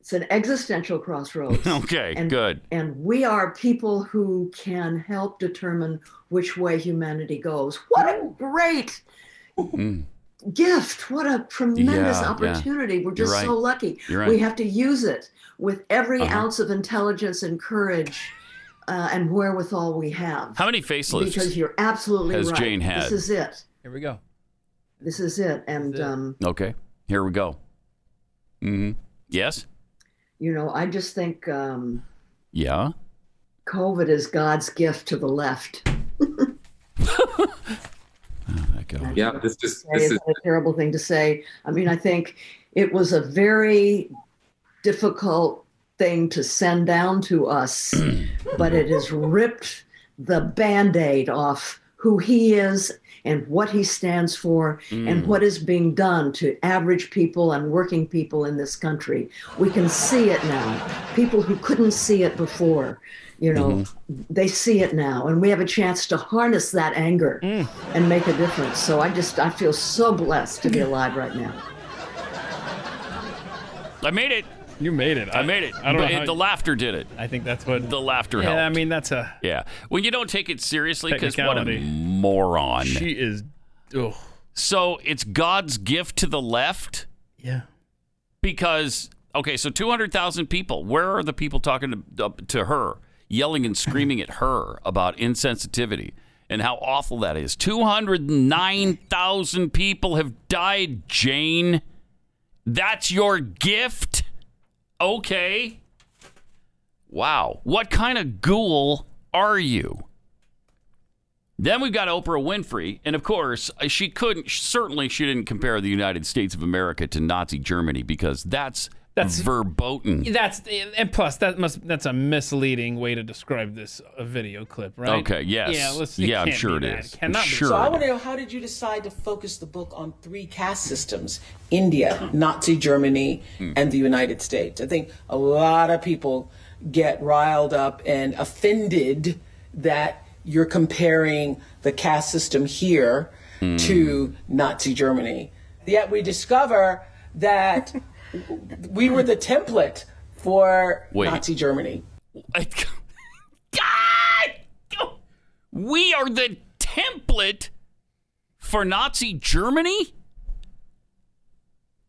It's an existential crossroads. Okay. And- good. And we are people who can help determine which way humanity goes. What a great Mm. gift. What a Yeah, tremendous yeah. opportunity. We're You're just so right. lucky. You're right. We have to use it with every Uh-huh. ounce of intelligence and courage uh, and wherewithal we have. How many facelifts? Because you're absolutely has right. Jane had? This is it. Here we go. This is it. And, Um, Okay. Here we go. Mm-hmm. Yes. you know, I just think um, Yeah. COVID is God's gift to the left. Yeah, this just say this is is a terrible thing to say. I mean, I think it was a very difficult thing to send down to us, but it has ripped the band aid off who he is and what he stands for Mm. and what is being done to average people and working people in this country. We can see it now. People who couldn't see it before, you know, they see it now and we have a chance to harness that anger and make a difference so i just i feel so blessed to be alive right now I made it. You made it. I, made it. I don't know But how the you- laughter did it. I think that's what the laughter Yeah, I helped. mean that's a yeah. When you don't take it seriously, because what a Technicality. moron. She is. Ugh. So it's God's gift to the left. Yeah. Because okay, so two hundred thousand people. Where are the people talking to up to her, yelling and screaming at her about insensitivity and how awful that is? Two hundred nine thousand people have died, Jane. That's your gift. Okay. Wow. What kind of ghoul are you? Then we've got Oprah Winfrey, and of course, uh, she couldn't. Certainly, she didn't compare the United States of America to Nazi Germany because that's that's verboten. That's and plus that must that's a misleading way to describe this uh, video clip, right? Okay, yes. Yeah. Let's, Yeah, I'm can't sure be it that. is. Cannot be. Sure. So I want to know how did you decide to focus the book on three caste systems: India, Nazi Germany, and the United States? I think a lot of people get riled up and offended that you're comparing the caste system here Mm. to Nazi Germany. Yet we discover that we were the template for Wait. Nazi Germany. We are the template for Nazi Germany.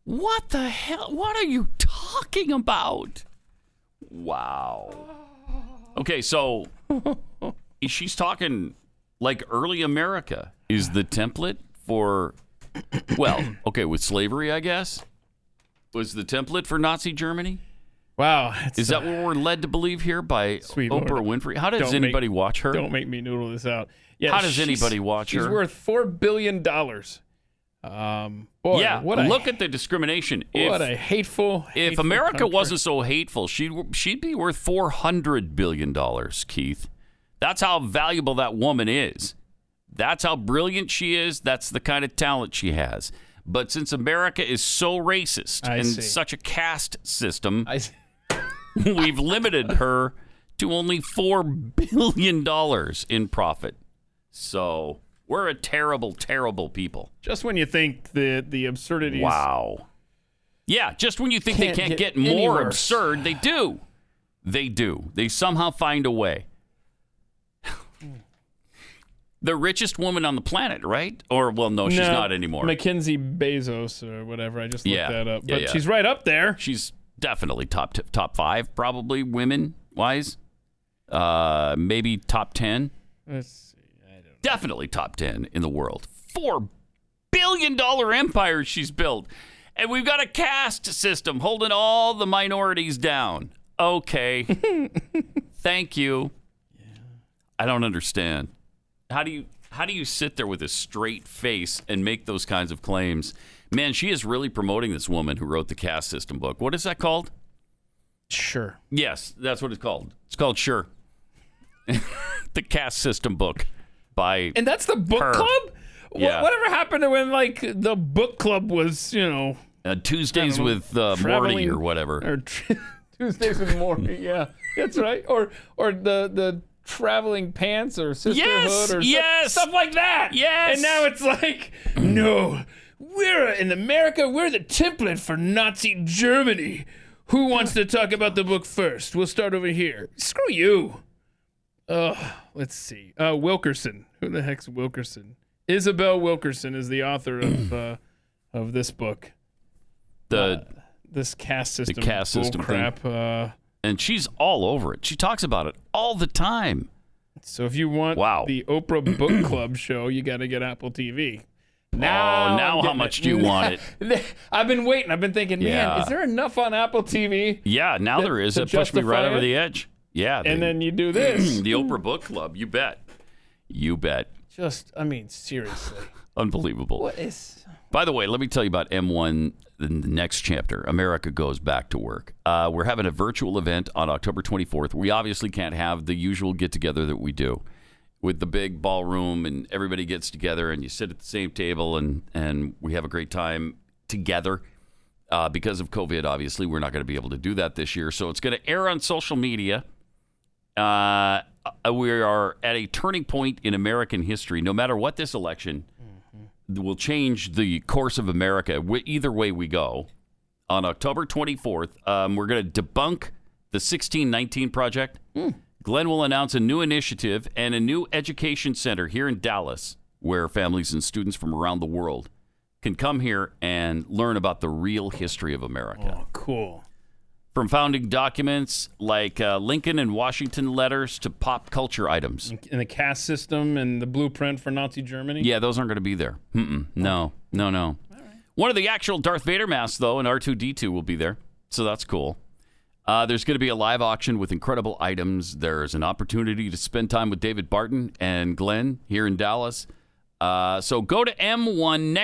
What the hell? What are you talking about? Wow. Okay, so she's talking like early America is the template for, well, okay, with slavery, I guess, was the template for Nazi Germany. Wow. Is that what we're led to believe here by Sweet Oprah Lord. Winfrey? How does Don't make- anybody watch her? Don't make me noodle this out. How does she's- anybody watch She's her? worth four billion dollars. Um. Boy, yeah, What a look at the discrimination. what if, a hateful. if hateful America country. wasn't so hateful, she'd she'd be worth four hundred billion dollars, Keith. That's how valuable that woman is. That's how brilliant she is. That's the kind of talent she has. But since America is so racist I and see. such a caste system, we've limited her to only four billion dollars in profit. So we're a terrible, terrible people. Just when you think the the absurdities. Wow. Yeah, just when you think Can't they can't get get, any more worse. absurd, they do. They do. They somehow find a way. the richest woman on the planet, right? Or well, no, she's No, not anymore. Mackenzie Bezos or whatever. I just looked Yeah, that up. yeah, But yeah. she's right up there. She's definitely top t- top five, probably women wise. Uh, maybe top ten. Let's see. Definitely top ten in the world. Four billion dollar empire she's built, and we've got a caste system holding all the minorities down. Okay, thank you. I don't understand. How do you how do you sit there with a straight face and make those kinds of claims? Man, she is really promoting this woman who wrote the caste system book. What is that called? Sure. Yes, that's what it's called. It's called Sure. the caste system book by And that's the book her. club. Wha- Yeah. Whatever happened to when like the book club was, you know, uh, Tuesdays I don't know, with uh, Morty traveling- or whatever. or tr- Tuesdays with Morty. Yeah, that's right. Or or the the traveling pants or sisterhood Yes, or stu- yes. stuff like that. Yes. And now it's like no, we're in America. We're the template for Nazi Germany. Who wants to talk about the book first? We'll start over here. Screw you. Uh, let's see. Uh, Wilkerson. Who the heck's Wilkerson? Isabel Wilkerson is the author of uh, of this book, the this caste system. caste bull system thing. crap. Uh, and she's all over it. She talks about it all the time. So if you want wow. the Oprah Book Club show, you got to get Apple TV. oh, Now, I'm now how getting much do you want it? I've been waiting. I've been thinking, man, Yeah. is there enough on Apple TV? Yeah, now That- there is. to It pushed me right justify over it? the edge. Yeah. And the- then you do this. the Oprah Book Club. You bet. You bet. Just, I mean, seriously, Unbelievable. what is? By the way, let me tell you about M1, the the next chapter. America goes back to work. Uh, we're having a virtual event on October 24th. We obviously can't have the usual get together that we do with the big ballroom and everybody gets together and you sit at the same table and, and we have a great time together. Uh, because of COVID, obviously, we're not going to be able to do that this year. So it's going to air on social media. Uh, we are at a turning point in American history. No matter what this election will change the course of America. Wh- Either way we go, on October 24th. Um, we're going to debunk the 1619 project. Glenn will announce a new initiative and a new education center here in Dallas where families and students from around the world can come here and learn about the real history of America. Oh, cool. From founding documents like uh, Lincoln and Washington letters to pop culture items. And the caste system and the blueprint for Nazi Germany. Yeah, those aren't going to be there. Mm-mm. No, no, no. One of the actual Darth Vader masks, though, and R2D2 will be there. So that's cool. Uh, there's going to be a live auction with incredible items. There's an opportunity to spend time with David Barton and Glenn here in Dallas. Uh, so go to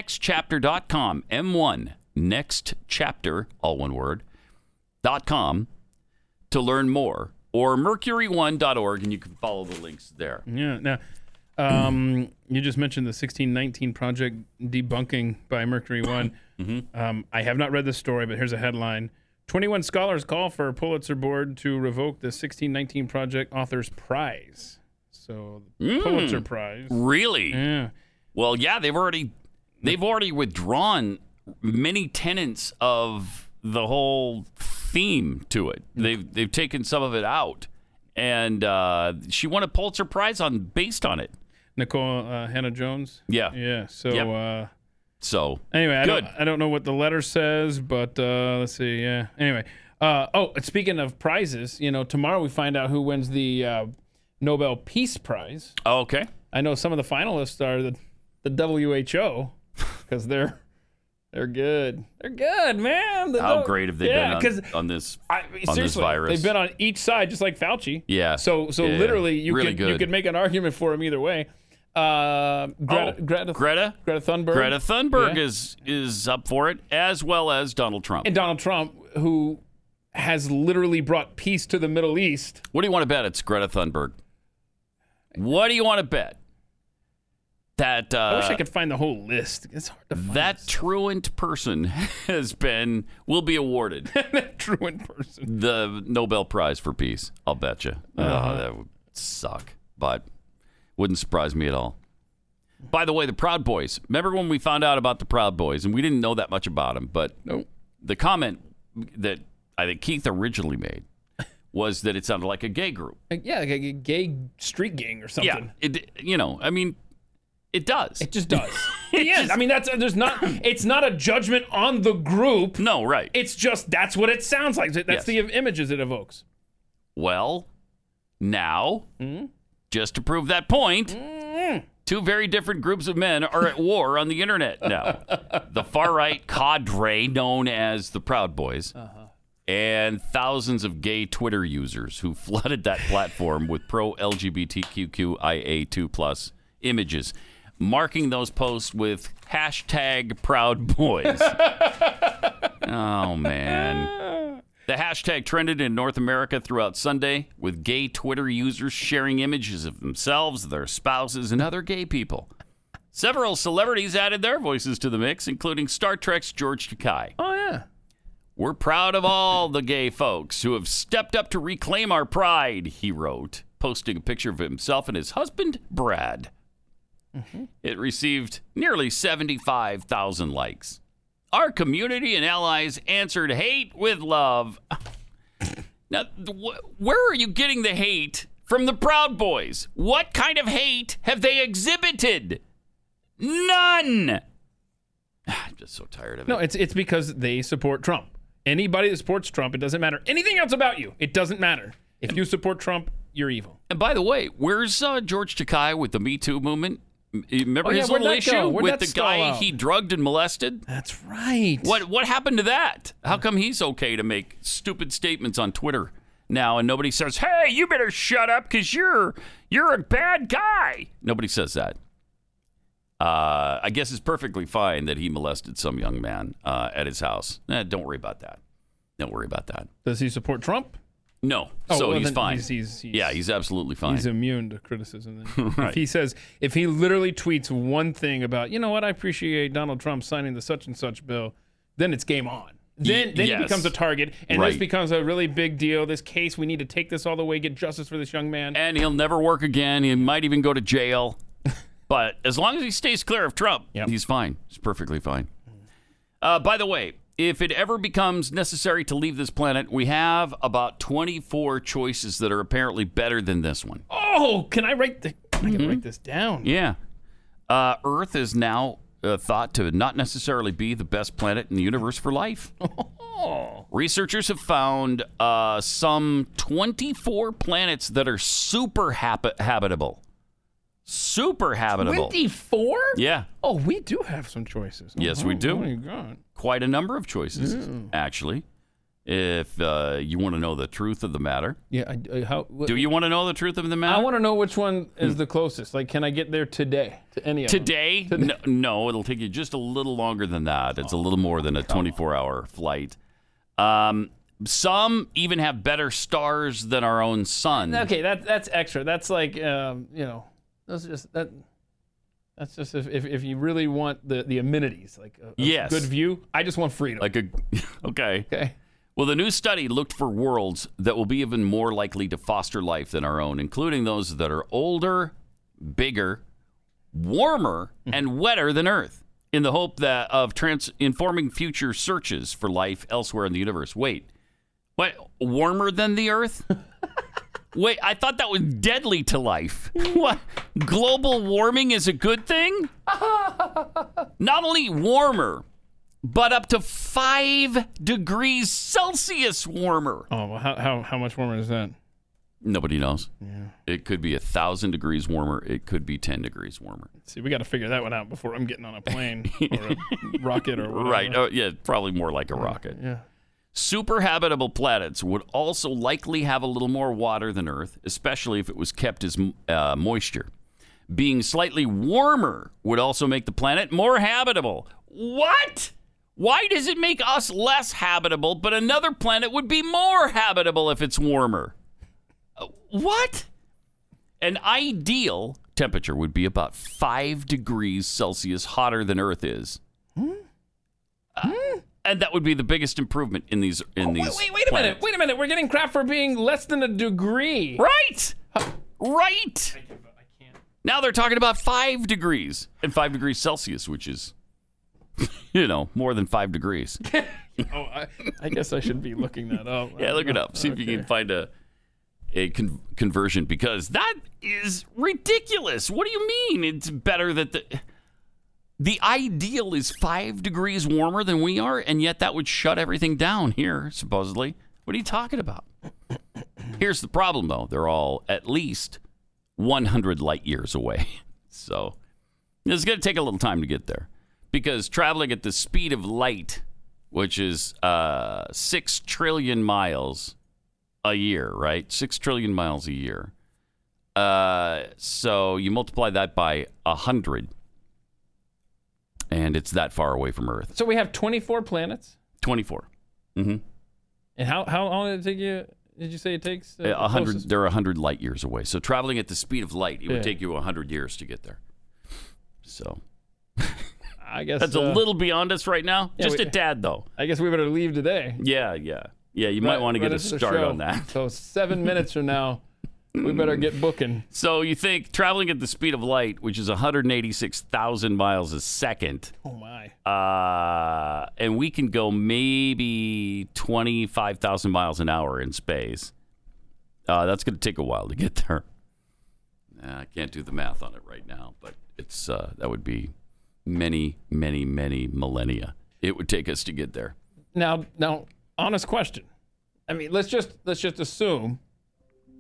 m1nextchapter.com. M1 next chapter, all one word, dot com to learn more or mercury1.org and you can follow the links there. Yeah. Now, um, you just mentioned the 1619 project debunking by Mercury One. Mm-hmm. um, I have not read the story, but here's a headline: 21 scholars call for Pulitzer Board to revoke the 1619 project author's prize. So, the Mm. Pulitzer Prize. Really? Yeah. Well, yeah, they've already they've already withdrawn many tenets of the whole theme to it. They've they've taken some of it out, and uh, she won a Pulitzer Prize on based on it. Nicole uh, Hannah Jones. Yeah. Yeah. So. Yep. Uh, So Anyway, I good. Don't, I don't know what the letter says, but uh, let's see. Yeah. Anyway, uh, oh, and speaking of prizes, you know, tomorrow we find out who wins the uh, Nobel Peace Prize. okay. I know some of the finalists are the, the WHO because they're they're good. They're good, man. The How do- great have they yeah, been 'cause on, on this I mean, on this seriously, virus? They've been on each side, just like Fauci. Yeah. So so Yeah. literally, you Really could good. you could make an argument for him either way. Uh, Greta, Oh, Greta Greta Greta Thunberg. Greta Thunberg Yeah. is is up for it, as well as Donald Trump. and Donald Trump, who has literally brought peace to the Middle East. What do you want to bet? It's Greta Thunberg. What do you want to bet? That uh, I wish I could find the whole list. It's hard to find. that truant person has been will be awarded that truant person the Nobel Prize for Peace. I'll bet you. Uh-huh. that would suck, but wouldn't surprise me at all. By the way, the Proud Boys. Remember when we found out about the Proud Boys, and we didn't know that much about them, but the comment that I think Keith originally made was that it sounded like a gay group. Like, yeah, like a gay street gang or something. Yeah, it, you know, I mean, it does. It just does. Yes, I mean that's there's not it's not a judgment on the group. No, right. It's just that's what it sounds like. That's Yes. the images it evokes. Well, now, just to prove that point, two very different groups of men are at war on the internet now. the far right cadre known as the Proud Boys. And thousands of gay Twitter users who flooded that platform with pro LGBTQIA2 plus images, marking those posts with hashtag Proud Boys. oh man. The hashtag trended in North America throughout Sunday, with gay Twitter users sharing images of themselves, their spouses, and other gay people. Several celebrities added their voices to the mix, including Star Trek's George Takei. Oh yeah. We're proud of all the gay folks who have stepped up to reclaim our pride, he wrote, posting a picture of himself and his husband, Brad. It received nearly 75,000 likes. Our community and allies answered hate with love. now, wh- where are you getting the hate from the Proud Boys? What kind of hate have they exhibited? None. I'm just so tired of it. No, it's it's because they support Trump. Anybody that supports Trump, it doesn't matter anything else about you. It doesn't matter. If you support Trump, you're evil. And by the way, where's uh, George Takai with the Me Too movement? M- you Oh, Remember yeah, his where'd little that issue go? Where'd with that the stall guy out? he drugged and molested? That's right. What what happened to that? How come he's okay to make stupid statements on Twitter now and nobody says, "Hey, you better shut up cuz you're you're a bad guy." Nobody says that. Uh, I guess it's perfectly fine that he molested some young man uh, at his house. Eh, don't worry about that. Don't worry about that. Does he support Trump? No. Oh, so well, he's then fine. he's- he's- yeah, he's absolutely fine. He's immune to criticism. Then. Right. If he says, if he literally tweets one thing about, you know what, I appreciate Donald Trump signing the such and such bill, then it's game on. Then, then yes. he becomes a target, and Right. this becomes a really big deal. This case, we need to take this all the way, get justice for this young man. and he'll never work again. He might even go to jail. But as long as he stays clear of Trump, he's fine. He's perfectly fine. Uh, by the way, If it ever becomes necessary to leave this planet, we have about 24 choices that are apparently better than this one. Oh, can I write? The, I can write this down. Mm-hmm. Yeah. Uh, Earth is now uh, thought to not necessarily be the best planet in the universe for life. Oh, Researchers have found uh, some 24 planets that are super habi- habitable. Super habitable. 24? Yeah. Oh, we do have some choices. Yes, Oh, we do. my God. Quite a number of choices, actually. If uh, you want to know the truth of the matter, Yeah. I, I- how, do you want to know the truth of the matter? I want to know which one is the closest. Like, can I get there today to any of them? Today? No, no, it'll take you just a little longer than that. It's a little more than a 24 hour flight. Um, some even have better stars than our own sun. Okay, that that's extra. That's like um, you know, that's just that. That's just if, if, if you really want the, the amenities, like a, a Yes. good view. I just want freedom. Like a okay. Okay. Well, the new study looked for worlds that will be even more likely to foster life than our own, including those that are older, bigger, warmer, and wetter than Earth, in the hope that of trans- informing future searches for life elsewhere in the universe. Wait, what? Warmer than the Earth? Wait, I thought that was deadly to life. What? Global warming is a good thing? Not only warmer, but up to five degrees Celsius warmer. Oh, well, how, how how much warmer is that? Nobody knows. It could be a thousand degrees warmer. It could be ten degrees warmer. See, we got to figure that one out before I'm getting on a plane or a rocket or whatever. Right? Oh, yeah, probably more like a rocket. Yeah. Super habitable planets would also likely have a little more water than Earth, especially if it was kept as uh, moisture. Being slightly warmer would also make the planet more habitable. What? Why does it make us less habitable, but another planet would be more habitable if it's warmer? Uh, What? An ideal temperature would be about five degrees Celsius hotter than Earth is. Hmm? Uh, and that would be the biggest improvement in these in these. Oh, Wait, wait a minute. Wait a minute. We're getting crap for being less than a degree. Right. Right. Now they're talking about five degrees and five degrees Celsius, which is, you know, more than five degrees. Oh, I, I guess I should be looking that up. Yeah, look it up. See if you can find a a con- conversion because that is ridiculous. What do you mean? It's better that the the ideal is five degrees warmer than we are, and yet that would shut everything down here, supposedly. What are you talking about? Here's the problem, though. They're all at least 100 light years away. So it's going to take a little time to get there because traveling at the speed of light, which is uh, 6 trillion miles a year, right? 6 trillion miles a year. Uh, so you multiply that by 100, and it's that far away from Earth. So we have 24 planets. 24. Mm-hmm. And how, how long did it take you? Did you say it takes? A the hundred. closest? They're a hundred light years away. So traveling at the speed of light, it Yeah. would take you a hundred years to get there. So I guess that's a uh, little beyond us right now. yeah, Just we- a tad, though. I guess we better leave today. Yeah, yeah, yeah. You might Right- want to right get a after the start show. on that. So seven minutes from now, we better get booking. So you think traveling at the speed of light, which is 186,000 miles a second. Oh my. Uh, and we can go maybe 25,000 miles an hour in space. Uh, that's going to take a while to get there. Nah, I can't do the math on it right now, but it's uh, that would be many, many, many millennia. It would take us to get there. Now, now, honest question. I mean, let's just let's just assume.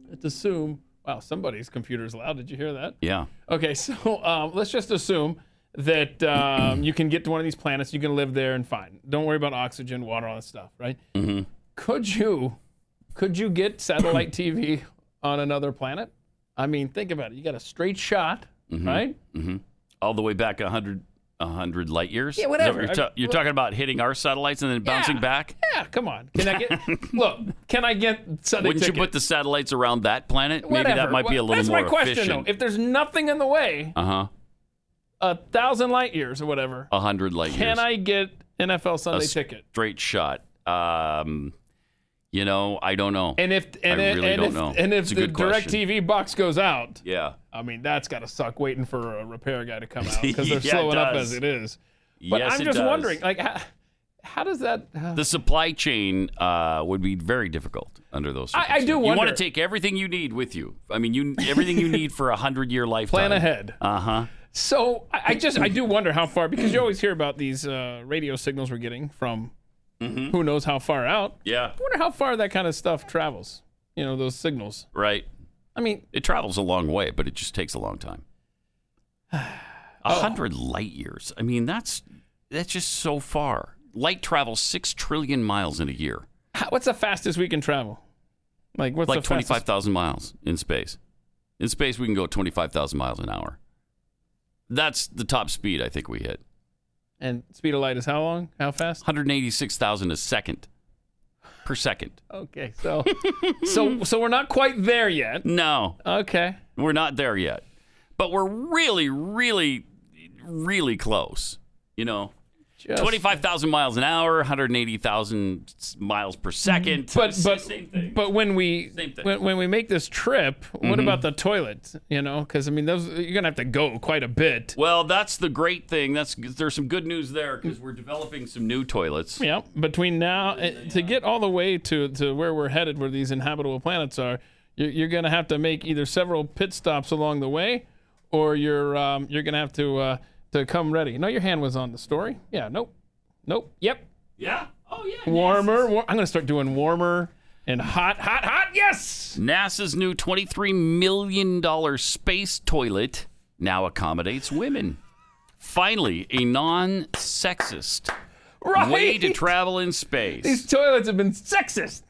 Let's assume. Wow, somebody's computer is loud. Did you hear that? Yeah. Okay, so um, let's just assume that um, you can get to one of these planets, you can live there and fine. Don't worry about oxygen, water, all that stuff, right? Mm-hmm. Could you, could you get satellite TV on another planet? I mean, think about it. You got a straight shot, right? hmm All the way back 100, 100 light years? Yeah, Is that what whatever. You're, ta- I- you're talking about hitting our satellites and then bouncing back? Yeah, come on. Can I get? look, can I get Sunday Wouldn't ticket? you put the satellites around that planet? Maybe that Whatever. might be a What- little That's more my question, efficient. though. If there's nothing in the way, uh huh. a thousand light years or whatever, A hundred light years. can I get NFL a Sunday ticket? Straight shot. Um, you know, I don't know. And if and, I if- really and don't if, know. and if It's a the good question. DirecTV box goes out, Yeah. I mean that's got to suck waiting for a repair guy to come out because they're Yeah, it slowing up does. as it is. But Yes, I'm it just does. wondering, like, how, How does that? The supply chain uh, would be very difficult under those. I- I do circumstances. You wonder. want to take everything you need with you. I mean, you everything you need for a hundred year lifetime. Plan ahead. Uh huh. So I, I just I do wonder how far because you always hear about these uh, radio signals we're getting from who knows how far out. Mm-hmm. Yeah. I wonder how far that kind of stuff travels. You know those signals. Right. I mean, it travels a long way, but it just takes a long time. Oh. A hundred light years. I mean, that's that's just so far. Light travels six trillion miles in a year, How, what's the fastest we can travel? Like what's like the twenty fastest? five thousand miles in space. In space, we can go twenty five thousand miles an hour. That's the top speed I think we hit. And speed of light is how long? How fast? One hundred eighty six thousand a second per second. Okay, so so so we're not quite there yet. No. Okay. We're not there yet. But we're really, really, really close. You know, 25,000 miles an hour, 180,000 s- miles per second. But It's the but same thing. but when we Same thing. when, when we make this trip, what Mhm. about the toilet? You know, because I mean, those you're gonna have to go quite a bit. Well, that's the great thing. That's There's some good news there because we're developing some new toilets. Yeah, between now eh, to get all the way to to where we're headed, where these inhabitable planets are, you're, you're gonna have to make either several pit stops along the way, or you're um, you're gonna have to uh, to come ready. No, your hand was on the story. Yeah. Nope. Nope. Yep. Yeah. Oh, yeah. Warmer. War- I'm gonna start doing warmer and hot, hot, hot. Yes. NASA's new $23 million space toilet now accommodates women. Finally, a non sexist way to Right. travel in space. These toilets have been sexist.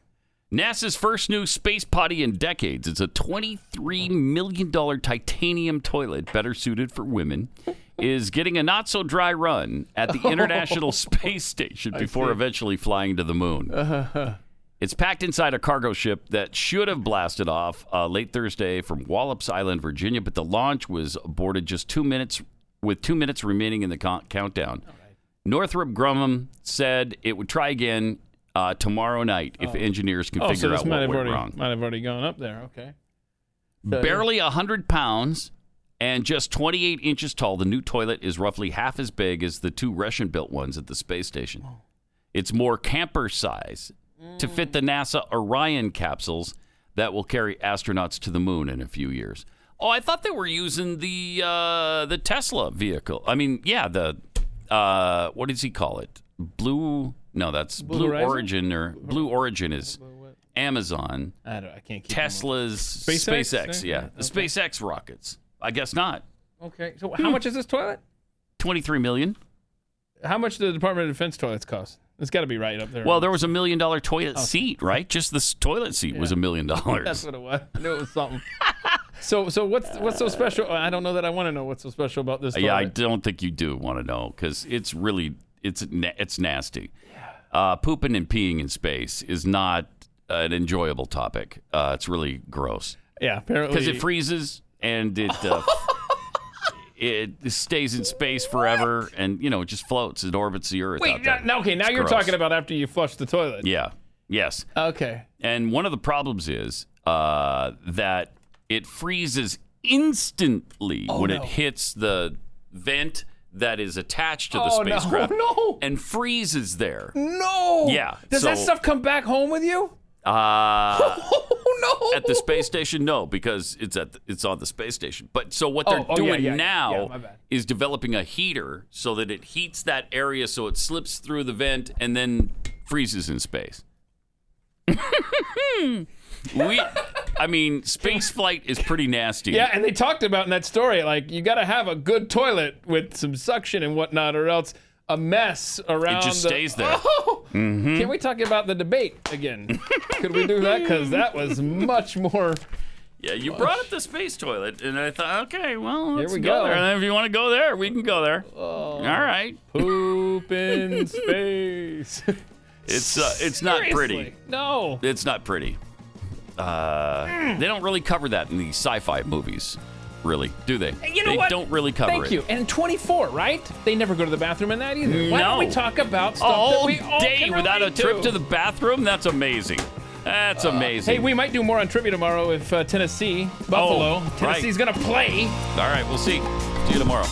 NASA's first new space potty in decades. It's a $23 million titanium toilet, better suited for women, is getting a not so dry run at the International Space Station I before see. eventually flying to the moon. It's packed inside a cargo ship that should have blasted off uh, late Thursday from Wallops Island, Virginia, but the launch was aborted just two minutes with two minutes remaining in the co- countdown. Northrop Grumman said it would try again uh, tomorrow night if engineers can oh, so figure this out might what have went already wrong. might have already gone up there. Okay. So- Barely 100 pounds and just 28 inches tall, the new toilet is roughly half as big as the two Russian built ones at the space station. It's more camper size to fit the NASA Orion capsules that will carry astronauts to the moon in a few years. Oh, I thought they were using the uh, the Tesla vehicle. I mean, yeah, the uh, what does he call it? Blue? No, that's Blue Blue, Horizon? Origin or Blue Origin is Amazon. I don't. I can't keep. Tesla's SpaceX? SpaceX, Yeah, yeah, the SpaceX rockets. I guess not. Okay. So Hmm. how much is this toilet? Twenty-three million. How much do the Department of Defense toilets cost? It's got to be right up there. Well, there was a million dollar toilet Oh. seat, right? Just this toilet seat was a million That's dollars. what it was. I knew it was something. so so what's what's so special? I don't know that I want to know what's so special about this. Uh, Yeah, I toilet. don't think you do want to know because it's really it's na- it's nasty. Uh, pooping and peeing in space is not an enjoyable topic. Uh, it's really gross yeah. Apparently, because it freezes and it uh, it stays in space forever, and you know it just floats. It orbits the Earth. out Wait. there. Now, now- okay. Now It's you're gross. talking about after you flush the toilet. Yeah. Yes. Okay. And one of the problems is uh, that it freezes instantly Oh, when it hits the vent that is attached to the Oh, no, spacecraft no. and freezes there. No. Yeah, Does that so- stuff come back home with you? Uh, no. At the space station, no, because it's at the, it's on the space station. But so what they're Oh, oh, yeah, doing yeah, yeah. now Yeah, my bad. is developing a heater so that it heats that area so it slips through the vent and then freezes in space. we, I mean, space flight is pretty nasty. Yeah, and they talked about in that story, like you got to have a good toilet with some suction and whatnot, or else a mess around. just um, the- stays there. Oh! Mhm. Can we talk about the debate again? Could we do that? Because that was much more. Yeah, you brought up the space toilet, and I thought, okay, well, Here let's we go, go. Oh. there. And then if you want to go there, we can go there. All right. Poop in space. It's uh, it's not pretty. Seriously? No. It's not pretty. Hmm. Uh, they don't really cover that in the sci-fi movies, really, do they? You know they what? don't really cover Thank it. you. And 24, right? They never go to the bathroom in that either. Why don't we No. talk about stuff All that we all day can without a relate Uh, trip to. the bathroom? That's amazing. That's amazing. Hey, we might do more on trivia tomorrow if uh, Tennessee, Buffalo, Oh, right. Tennessee's gonna play. All right, we'll see. See you tomorrow.